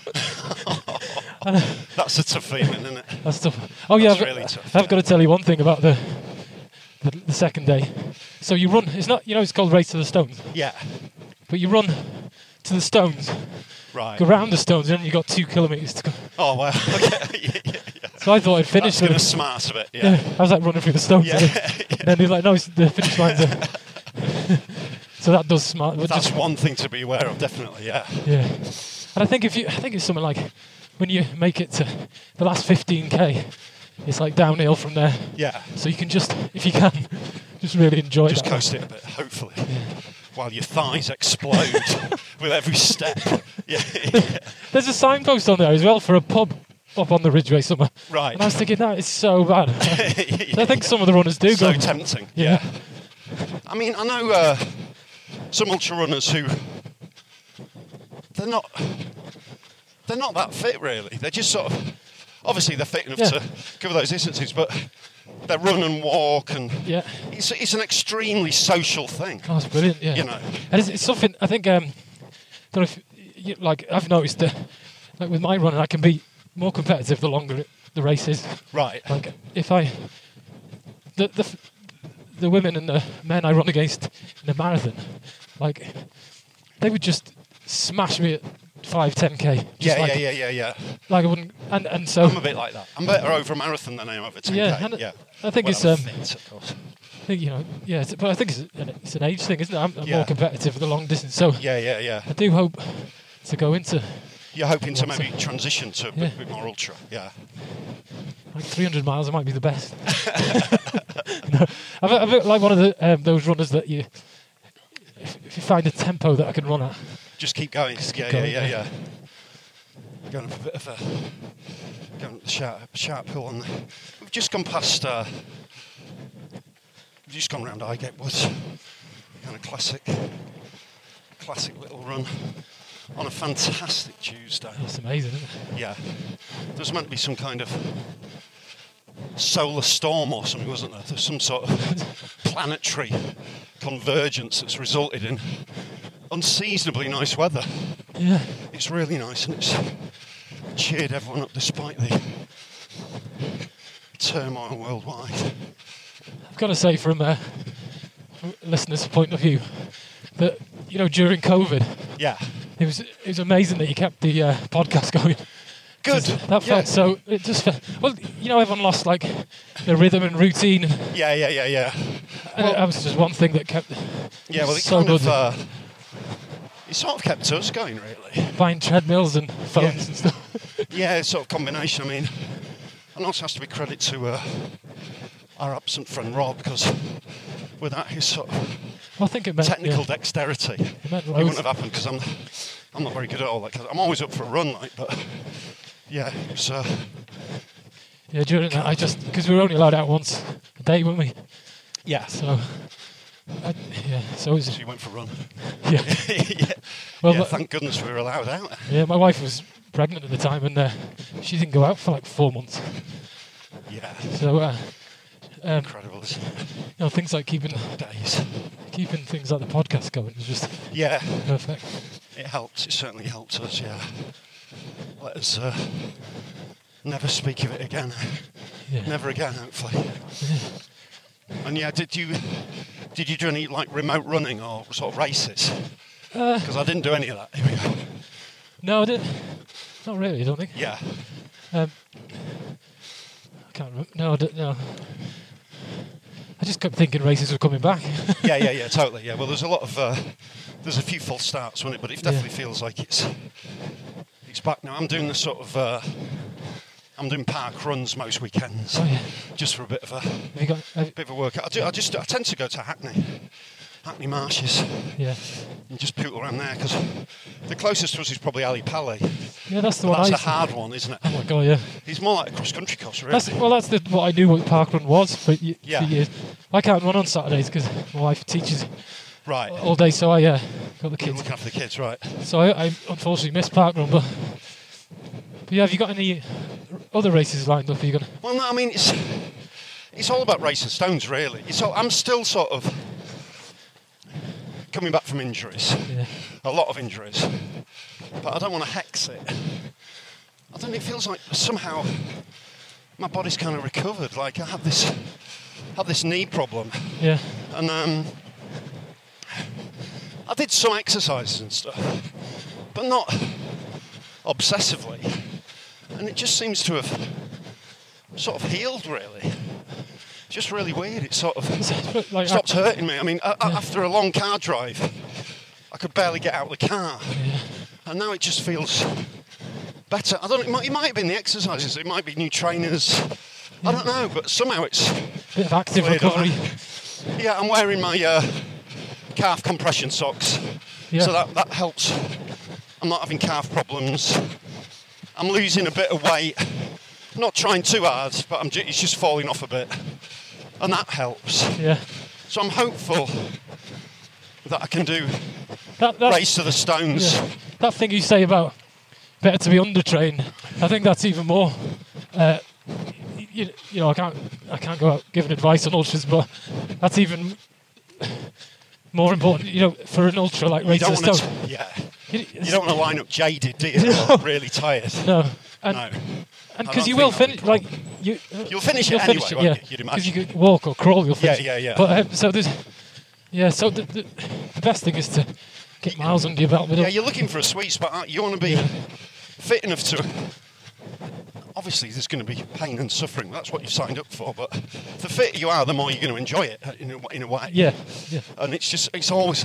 B: That's a tough feeling, isn't it?
C: That's tough. Oh yeah,
B: That's
C: I've,
B: really tough,
C: I've
B: yeah.
C: got to tell you one thing about the, the the second day. So you run. It's not you know it's called Race to the Stones.
B: Yeah.
C: but you run to the stones,
B: Right.
C: go round the stones, and then you got two kilometres to go.
B: Oh, well. Okay. yeah, yeah, yeah.
C: So I thought I'd finished
B: That's gonna
C: with-
B: smart of it, yeah.
C: I was like running through the stones.
B: Yeah.
C: And then he's like, no, it's the finish line's there. so that does smart. but
B: That's
C: just-
B: one thing to be aware of, definitely, yeah.
C: Yeah. And I think if you, I think it's something like when you make it to the last 15k, it's like downhill from there.
B: Yeah.
C: So you can just, if you can, just really enjoy
B: Just
C: that.
B: coast it a bit, hopefully. While your thighs explode with every step. Yeah.
C: There's a signpost on there as well for a pub up on the Ridgeway somewhere.
B: Right.
C: And I was thinking, that is so bad. I think some of the runners do
B: so
C: go.
B: tempting.
C: Yeah.
B: I mean, I know uh, some ultra runners who they're not they're not that fit really. They're just sort of obviously they're fit enough
C: Yeah.
B: to cover those distances, but they run and walk and
C: Yeah.
B: it's it's an extremely social thing.
C: Oh, that's brilliant. Yeah.
B: You know.
C: And it's, it's something I think. Um, don't know if you, like I've noticed that, like with my running, I can be more competitive the longer it, the race is.
B: Right.
C: Like if I, the the f- the women and the men I run against in the marathon, like they would just smash me at five ten k. Just
B: Yeah,
C: like,
B: yeah, yeah, yeah, yeah.
C: Like I wouldn't. And and so
B: I'm a bit like that. I'm better over a marathon than I am over 10k.
C: Yeah, and I-
B: yeah.
C: I think
B: When
C: it's,
B: I'm
C: um,
B: fit, of course.
C: I think you know. Yeah, it's, but I think it's, an- it's an age thing, isn't it? I'm, I'm
B: Yeah.
C: more competitive for the long distance. So
B: Yeah, yeah, yeah.
C: I do hope to go into
B: You're hoping to
C: Lots
B: maybe
C: of-
B: transition to a
C: Yeah.
B: bit, bit more ultra. Yeah.
C: like 300 miles, I might be the best. no, I'm, a- I'm a- like one of the, um, those runners that you, if, if you find a tempo that I can run at,
B: Just keep going.
C: keep
B: yeah,
C: going,
B: yeah,
C: yeah.
B: yeah, yeah. Going for a bit of a going sharp, sharp hill on. The, we've just gone past. Uh, we've just gone round Highgate Woods. Kind of classic, classic little run on a fantastic Tuesday.
C: that's amazing, isn't it?
B: Yeah, there's meant to be some kind of solar storm or something, wasn't there? There's some sort of planetary convergence that's resulted in unseasonably nice weather.
C: Yeah.
B: It's really nice and it's cheered everyone up despite the turmoil worldwide.
C: I've got to say, from a listener's point of view, that, you know, during COVID,
B: Yeah.
C: it was, it was amazing that you kept the uh, podcast going.
B: Good.
C: That felt
B: yeah.
C: so, it just felt, well, you know, everyone lost like their rhythm and routine. And uh,
B: Yeah, yeah, yeah, yeah.
C: that was just one thing that kept
B: Yeah, well, it
C: so
B: kind
C: good.
B: of. Uh, it sort of kept us going, really.
C: buying treadmills and phones and stuff.
B: Yeah, it's sort of combination. I mean, and also has to be credit to uh, our absent friend Rob because without his sort of
C: I think it meant
B: technical
C: yeah.
B: dexterity, it,
C: meant
B: wouldn't
C: loads.
B: have happened because I'm I'm not very good at all. Like I'm always up for a run, like, but yeah, it was, uh,
C: Yeah, during that, I just because we were only allowed out once a day, weren't we?
B: yeah. So
C: So, I, yeah, so it was,
B: you went for a run.
C: yeah,
B: yeah.
C: Well,
B: yeah,
C: but-
B: thank goodness we were allowed out.
C: yeah. My wife was pregnant at the time, and uh, she didn't go out for like four months.
B: Yeah,
C: So, uh, um,
B: incredible isn't it?
C: you know, things like keeping
B: days.
C: keeping things like the podcast going was just
B: Yeah,
C: perfect.
B: it helped. It certainly helped us. Yeah, let us uh, never speak of it again.
C: Yeah.
B: Never again, hopefully. And yeah, did you did you do any like remote running or sort of races?
C: Uh.
B: Because I didn't do any of that. Here we go.
C: No, I didn't. Not really. I don't think.
B: Yeah,
C: Um, I can't remember. No, I don't, no. I just kept thinking races were coming back.
B: yeah, yeah, yeah, totally. Yeah. Well, there's a lot of uh, there's a few false starts, wasn't it? But it definitely feels like it's it's back now. I'm doing the sort of uh, I'm doing park runs most weekends,
C: Oh, yeah.
B: just for a bit of a
C: Have you got? Have,
B: bit of a workout. I, do, I just I tend to go to Hackney, Hackney Marshes,
C: yeah,
B: and just poot around there because the closest to us is probably Ali Pali.
C: yeah. That's the
B: That's
C: one. I
B: a
C: used to-
B: hard one, isn't it?
C: Oh my god, yeah.
B: He's more like a cross country course, really.
C: That's well, that's the, what I knew what parkrun was for, y-
B: Yeah.
C: for years. I can't run on Saturdays because my wife teaches
B: right.
C: all day, so I uh, got the
B: You're
C: kids.
B: looking after the kids, right?
C: So I, I unfortunately missed parkrun, but, but yeah, have you got any other races lined up? Are you gonna?
B: Well, no, I mean it's it's all about racing stones, really. It's all, I'm still sort of coming back from injuries,
C: Yeah.
B: a lot of injuries, but I don't want to hex it. I don't. know, It feels like somehow my body's kind of recovered. Like I had this had this knee problem.
C: Yeah,
B: and um, I did some exercises and stuff, but not obsessively. And it just seems to have sort of healed, really. Just really weird. It sort of
C: But, like,
B: stopped hurting me. I mean, a- a- after a long car drive, I could barely get out of the car, and now it just feels better. I don't. It might, it might have been the exercises. It might be new trainers. I don't know, but somehow it's
C: a bit of active
B: weird, isn't
C: recovery.
B: it? Yeah, I'm wearing my uh, calf compression socks,
C: Yeah.
B: so that that helps. I'm not having calf problems. I'm losing a bit of weight. Not trying too hard, but I'm ju- it's just falling off a bit, and that helps.
C: Yeah.
B: So I'm hopeful that I can do
C: That, that,
B: race to the stones.
C: yeah. that thing you say about better to be undertrained, I think that's even more. Uh, you, you know, I can't, I can't go out giving advice on ultras, but that's even more important. You know, for an ultra like
B: You
C: race to
B: don't
C: the
B: want
C: Stone.
B: to, yeah.
C: You-
B: You don't want to line up jaded, do you? Or really tired.
C: no, and
B: No. I
C: because
B: don't
C: you will
B: think
C: finish
B: that'll
C: like you. uh,
B: You'll finish it
C: you'll
B: anyway,
C: finish
B: won't
C: yeah.
B: you? You'd
C: Because you
B: imagine.
C: could walk or crawl, you'll
B: Yeah,
C: finish.
B: yeah, yeah.
C: But um, so there's, yeah. So the, the, the best thing is to get miles under your belt. with
B: Yeah,
C: it.
B: you're looking for a sweet spot, aren't you? You want to be fit enough to. Obviously, there's going to be pain and suffering. That's what you've signed up for. But the fitter you are, the more you're going to enjoy it in a, in a way.
C: yeah, yeah,
B: And it's just, it's always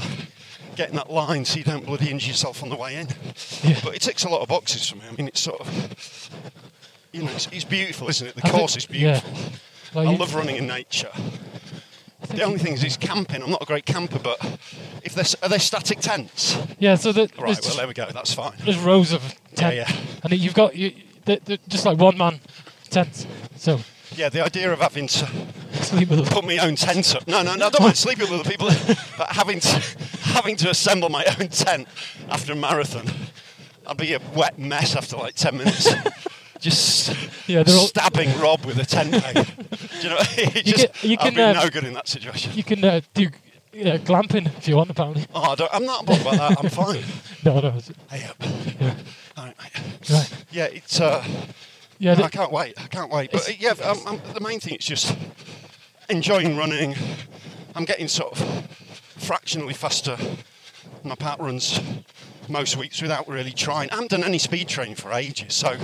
B: getting that line so you don't bloody injure yourself on the way in.
C: Yeah.
B: But it ticks a lot of boxes for me. I mean, it's sort of, you know, it's, it's beautiful, isn't it? The
C: I think-
B: course is beautiful.
C: yeah. Like
B: I
C: you-
B: love running in nature.
C: think
B: The only thing is, it's camping. I'm not a great camper, but if there's are there static tents?
C: Yeah, so the,
B: Right,
C: there's,
B: well
C: just-
B: there we go. That's fine.
C: there's rows of tents,
B: yeah.
C: and you've got you, they they're just like one man tents. So
B: Yeah, the idea of having to
C: sleep with them.
B: put my own tent up. No, no, no. I don't mind sleeping with other people, but having to having to assemble my own tent after a marathon, I'd be a wet mess after like ten minutes. Just
C: Yeah, they're all-
B: stabbing Rob with a tent peg. Do you know? what I mean? Just,
C: can- you
B: I'd
C: can,
B: be
C: uh,
B: no good in that situation.
C: You can uh, do you know, glamping if you want, apparently.
B: Oh, I don't, I'm not bothered about that. I'm fine.
C: No, no, it's-
B: Hey up.
C: yeah,
B: All right, mate.
C: right.
B: Yeah, it's. Uh,
C: yeah.
B: I
C: The,
B: can't wait. I can't wait. But uh,
C: It's-
B: yeah, I'm, I'm- the main thing is just enjoying running. I'm getting sort of fractionally faster. My pat runs most weeks without really trying. I haven't done any speed training for ages, so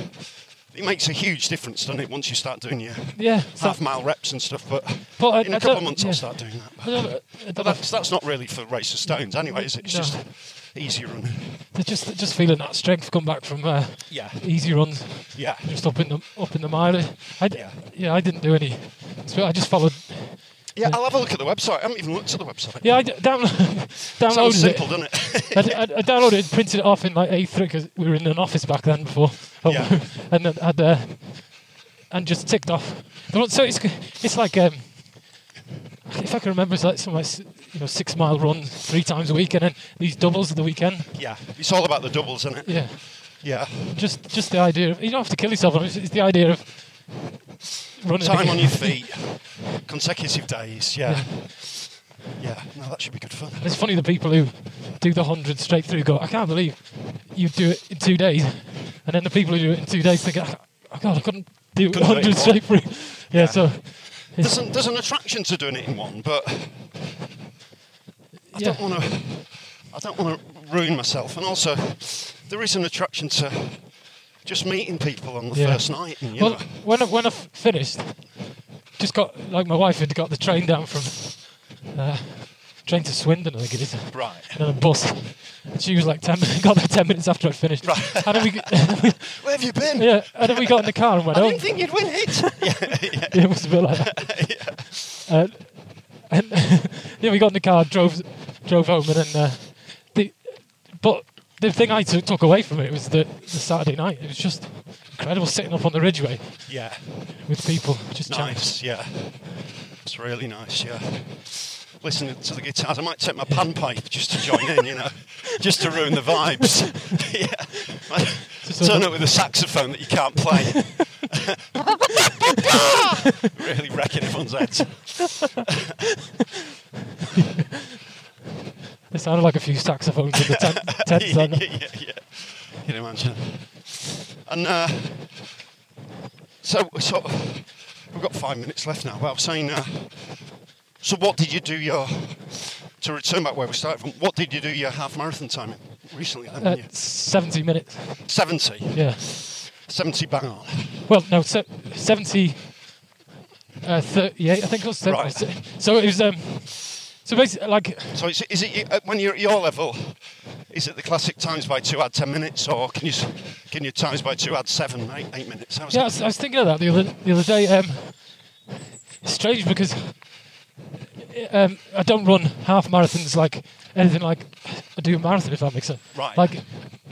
B: it makes a huge difference, doesn't it? Once you start doing your
C: yeah. so-
B: half mile reps and stuff, but,
C: But I-
B: in a
C: I
B: couple
C: don't-
B: of months
C: yeah.
B: I'll start doing that.
C: I don't, know, I
B: But
C: don't know.
B: that's, that's not really for race of stones, anyway, is it? It's
C: No.
B: just easier running.
C: They're just they're just feeling that strength come back from uh,
B: Yeah.
C: easy runs,
B: Yeah.
C: just up in the up in the mile. I d-
B: Yeah.
C: yeah. I didn't do any. So I just followed.
B: Yeah, I'll have a look at the website. I haven't even looked at the website.
C: Yeah, I d- down, downloaded
B: Sounds simple,
C: it.
B: doesn't it?
C: I, d- I d- I downloaded it, printed it off in like A3 because we were in an office back then before. Oh,
B: Yeah.
C: and then had uh, and just ticked off. They're all- So it's g- it's like um, if I can remember, it's like some like s- you know six mile runs three times a week, and then these doubles at the weekend.
B: Yeah, it's all about the doubles, isn't it?
C: Yeah,
B: Yeah.
C: just just the idea of you don't have to kill yourself. on it, It's, it's the idea of running
B: Time on your feet, consecutive days. Yeah. Yeah. No, that should be good fun.
C: It's funny the people who do the hundred straight through go, I can't believe you do it in two days, and then the people who do it in two days think, oh God, I couldn't do
B: Couldn't do it in
C: hundred straight through. Yeah, so
B: There's an, there's an attraction to doing it in one, but I
C: yeah,
B: don't want to. I don't want to ruin myself, and also there is an attraction to just meeting people on the
C: Yeah.
B: first night. And, you
C: well,
B: know,
C: when I, when I f- finished, just got like my wife had got the train down from uh, train to Swindon, I think it is, and
B: right.
C: then a bus. And she was like ten, got there ten minutes after I finished. Right. And then we, g-
B: Where have you been?
C: yeah, and then we got in the car and went
B: I
C: home.
B: didn't think you'd win it.
C: Yeah, it was a bit like that. Uh, and yeah, we got in the car, drove, drove home, and then uh, the, but the thing I took, took away from it was the, the Saturday night. It was just incredible sitting up on the Ridgeway
B: yeah.
C: with people, just chatting.
B: Nice. Yeah. It's really nice. Yeah. Listening to the guitars, I might take my panpipe just to join in, you know, just to ruin the vibes. yeah. Turn up with a saxophone that you can't play. really wrecking everyone's heads.
C: It sounded like a few saxophones in the tent. tent
B: yeah,
C: then.
B: yeah, yeah. Can you imagine? And uh, so, so we've got five minutes left now. Well, I was saying, uh, so what did you do your to return back where we started from, what did you do your half marathon time in recently? Then,
C: Uh,
B: You-
C: 70 minutes.
B: 70.
C: Yeah.
B: 70 bang on.
C: Well, no, se- 70, uh, 38, I think it was.
B: Right.
C: So it was, um, so basically, like,
B: So is it, is it uh, when you're at your level, is it the classic times by two add 10 minutes or can you s- can you times by two add seven, eight, eight minutes? How's
C: yeah, I
B: it?
C: was, I was thinking of that the other, the other day. Um, it's strange because um, I don't run half marathons like anything like I do a marathon, if that makes sense.
B: Right.
C: Like,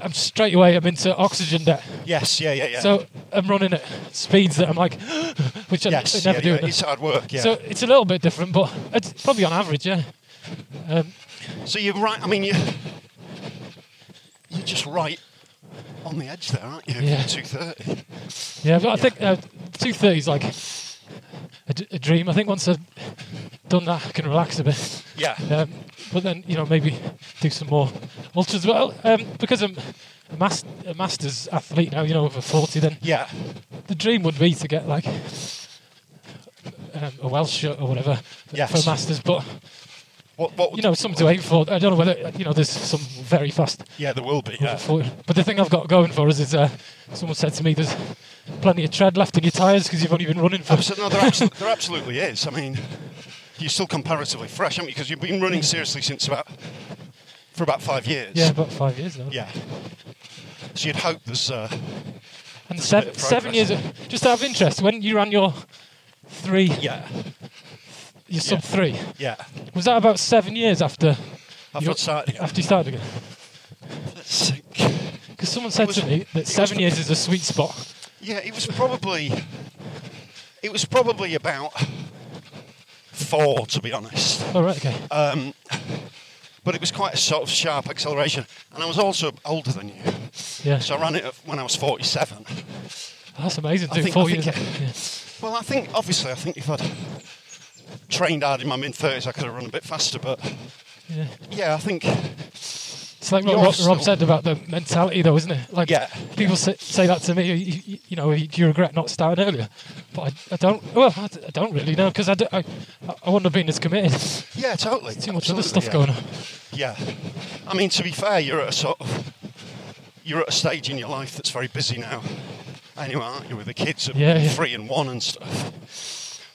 C: I'm straight away, I'm into oxygen debt.
B: Yes, yeah, yeah, yeah.
C: So I'm running at speeds that I'm like, which I,
B: yes,
C: I never
B: yeah,
C: do.
B: yeah,
C: in a-
B: it's hard work, yeah.
C: So
B: So,
C: it's a little bit different, but it's probably on average, yeah. Um,
B: you're right, I mean, you, you're just right on the edge there, aren't you?
C: Yeah.
B: 2.30.
C: yeah, but I think uh, 230 is like a, d- a dream. I think once I've done that, I can relax a bit.
B: Yeah.
C: Um, but then, you know, maybe do some more ultras. Well, um, because I'm a, mas- a master's athlete now, you know, over 40, then
B: Yeah.
C: the dream would be to get like um, a Welsh shirt or whatever for
B: Yes.
C: a master's. But,
B: What, what,
C: you know, something to aim for. I don't know whether, you know, there's some very fast
B: yeah, there will be, yeah.
C: forward. But the thing I've got going for us is uh, someone said to me there's plenty of tread left in your tyres because you've only been running for.
B: Abso- Oh, no, there, absolutely, there absolutely is. I mean, you're still comparatively fresh, haven't you? Because you've been running seriously since about for about five years.
C: Yeah, about five years now.
B: Yeah. So you'd hope there's. Uh,
C: And seven,
B: bit of
C: seven years,
B: progress.
C: just out of interest, when you ran your three,
B: yeah.
C: your sub three,
B: Yeah.
C: was that about seven years after,
B: I've
C: you,
B: not started yet.
C: after you started again?
B: Let's see.
C: Because someone said
B: was-
C: to me
B: it
C: that
B: was-
C: seven years is a sweet spot.
B: Yeah, it was probably. It was probably about four, to be honest.
C: All Oh, right, okay.
B: Um, but it was quite a sort of sharp acceleration, and I was also older than you,
C: yeah,
B: so I ran it at- when I was 47.
C: that's amazing.
B: I
C: Doing
B: think-
C: four
B: I
C: years.
B: think
C: Yeah.
B: Well, I think obviously, I think if I'd trained hard in my mid thirties, I could have run a bit faster. But
C: Yeah.
B: yeah, I think
C: It's like what
B: You're
C: Rob, Rob
B: still-
C: said about the mentality, though, isn't it? Like,
B: Yeah.
C: people say, say that to me. You, you, you know, do you regret not starting earlier? But I, I don't. Well, I, d- I don't really know because I, d- I, I wouldn't have been as committed.
B: yeah, totally.
C: Too much other
B: Absolutely,
C: stuff
B: yeah.
C: going on.
B: Yeah, I mean to be fair, you're at a sort of you're at a stage in your life that's very busy now. Anyway, aren't you with the kids at
C: Yeah, yeah.
B: three and one and stuff?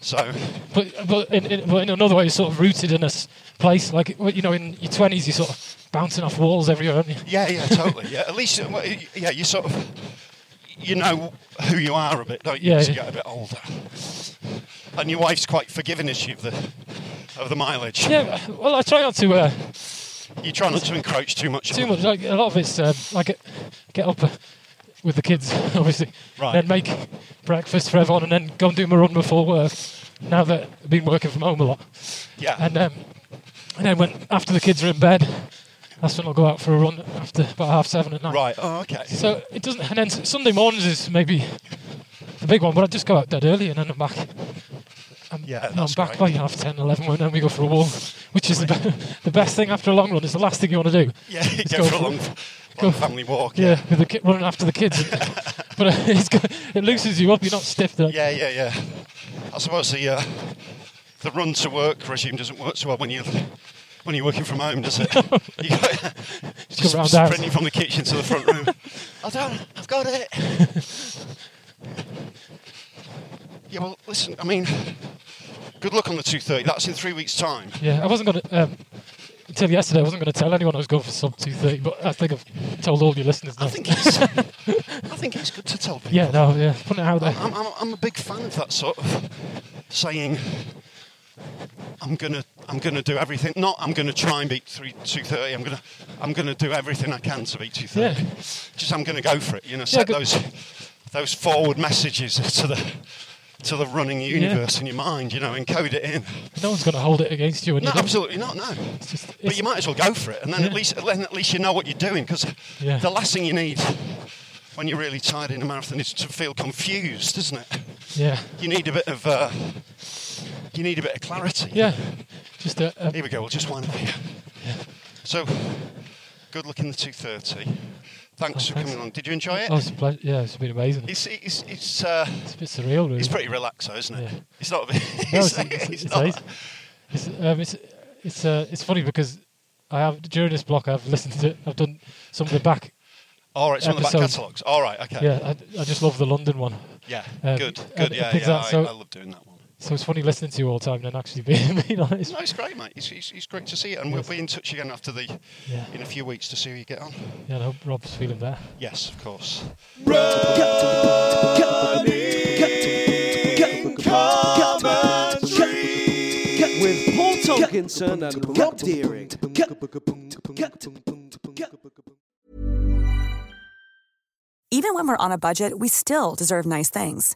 B: So
C: But but in, in, but in another way, you're sort of rooted in a s- place. Like well, you know, in your twenties, you're sort of bouncing off walls everywhere, aren't you?
B: yeah, yeah, totally. Yeah, at least well, yeah, you sort of you know who you are a bit, don't you?
C: Yeah,
B: as you
C: yeah.
B: get a bit older. And your wife's quite forgiving, is she, of the of the mileage?
C: Yeah. Well, I try not to. Uh,
B: You try not to encroach too much.
C: too
B: on
C: much. Like a lot of it's um, like uh, get up uh, with the kids, obviously,
B: Right.
C: then make breakfast for everyone, and then go and do my run before work. Now that I've been working from home a lot,
B: it. Yeah.
C: and um, and then when after the kids are in bed, that's when I'll go out for a run after about half seven at night.
B: right. Oh, okay.
C: So it doesn't. And then s- Sunday mornings is maybe the big one, but I just go out dead early, and then I'm back. I'm,
B: Yeah,
C: I'm
B: that's
C: back
B: great.
C: by half 10, 11, and then we go for a walk, which is the, be- the best thing after a long run. It's the last thing you want to do.
B: Yeah. You
C: Let's
B: go
C: go
B: for a
C: for-
B: long,
C: go
B: long
C: for-
B: family walk.
C: Yeah, with the ki- running after the kids. but uh, it's go- it loosens you up. You're not stiff. Though.
B: Yeah. Yeah. Yeah. I suppose the uh, the run to work regime doesn't work so well when you when you're working from home, does it? you got, just
C: round out.
B: sprinting from the kitchen to the front room. I don't. I've got it. yeah. Well, listen. I mean, good luck on the two thirty. That's in three weeks' time.
C: Yeah, I wasn't gonna um, until yesterday. I wasn't gonna tell anyone I was going for sub two thirty, but I think I've told all your listeners now.
B: I think it's. I think it's good to tell people.
C: yeah, no, yeah, putting it out there.
B: I'm, I'm, I'm a big fan of that sort of saying. I'm gonna, I'm gonna do everything. Not, I'm gonna try and beat three two thirty. I'm gonna, I'm gonna do everything I can to beat two thirty.
C: Yeah.
B: Just, I'm gonna go for it. You know, set
C: go-
B: those, those forward messages to the, to the running universe in your mind. You know, encode it in.
C: No one's gonna hold it against you. When
B: No,
C: you don't.
B: absolutely not. No.
C: It's just,
B: But
C: it's-
B: you might as well go for it, and then at
C: Yeah.
B: least then at least you know what you're doing. Because
C: Yeah.
B: the last thing you need when you're really tired in a marathon is to feel confused, isn't it?
C: Yeah,
B: You need a bit of uh, you need a bit of clarity.
C: yeah. Just uh, um, a, a,
B: Here we go. We'll just wind up here. So, good luck in the two thirty. Thanks for
C: Oh, thanks.
B: coming on. Did you enjoy it?
C: oh, it's a pleasure. Yeah, it's been amazing.
B: It's it's it's uh,
C: It's a bit surreal, really.
B: it's pretty relaxed, though, isn't it?
C: Yeah.
B: It's not.
C: No,
B: It's,
C: it's, it's, it's,
B: not
C: nice. It's, um, it's, It's uh, it's funny because I have during this block I've listened to I've done some of the back.
F: All right, some of the back
C: Episodes.
F: catalogues. All right, okay.
C: Yeah, I, I just love the London one.
F: Yeah,
C: Um,
F: good,
C: I-
F: good.
C: I
F: Yeah,
C: picked
F: yeah.
C: that,
F: I,
C: so-
F: I love doing that one.
C: So it's funny listening to you all the time and actually being, being honest.
F: No, it's great, mate. It's, it's, it's great to see it, and we'll be in touch again after the
C: Yeah.
F: in a few weeks to see how you get on.
C: Yeah, and I hope Rob's feeling better.
F: Yes, of course.
A: With Paul Tolkinson and Rob Deering.
E: Even when we're on a budget, we still deserve nice things.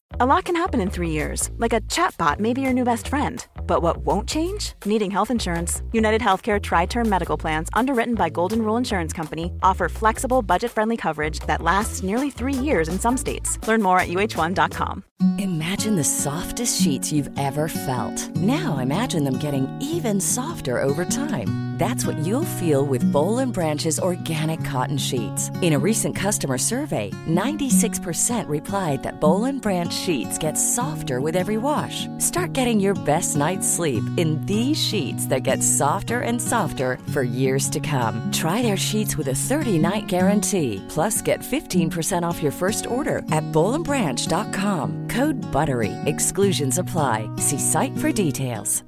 G: A lot can happen in three years, like a chatbot may be your new best friend. But what won't change? Needing health insurance. United Healthcare Tri Term Medical Plans, underwritten by Golden Rule Insurance Company, offer flexible, budget friendly coverage that lasts nearly three years in some states. Learn more at uh1.com.
H: Imagine the softest sheets you've ever felt. Now imagine them getting even softer over time. That's what you'll feel with Bowl and Branch's organic cotton sheets. In a recent customer survey, 96% replied that Bowl and Branch sheets get softer with every wash. Start getting your best night's sleep in these sheets that get softer and softer for years to come. Try their sheets with a 30-night guarantee. Plus, get 15% off your first order at bowlandbranch.com. Code BUTTERY. Exclusions apply. See site for details.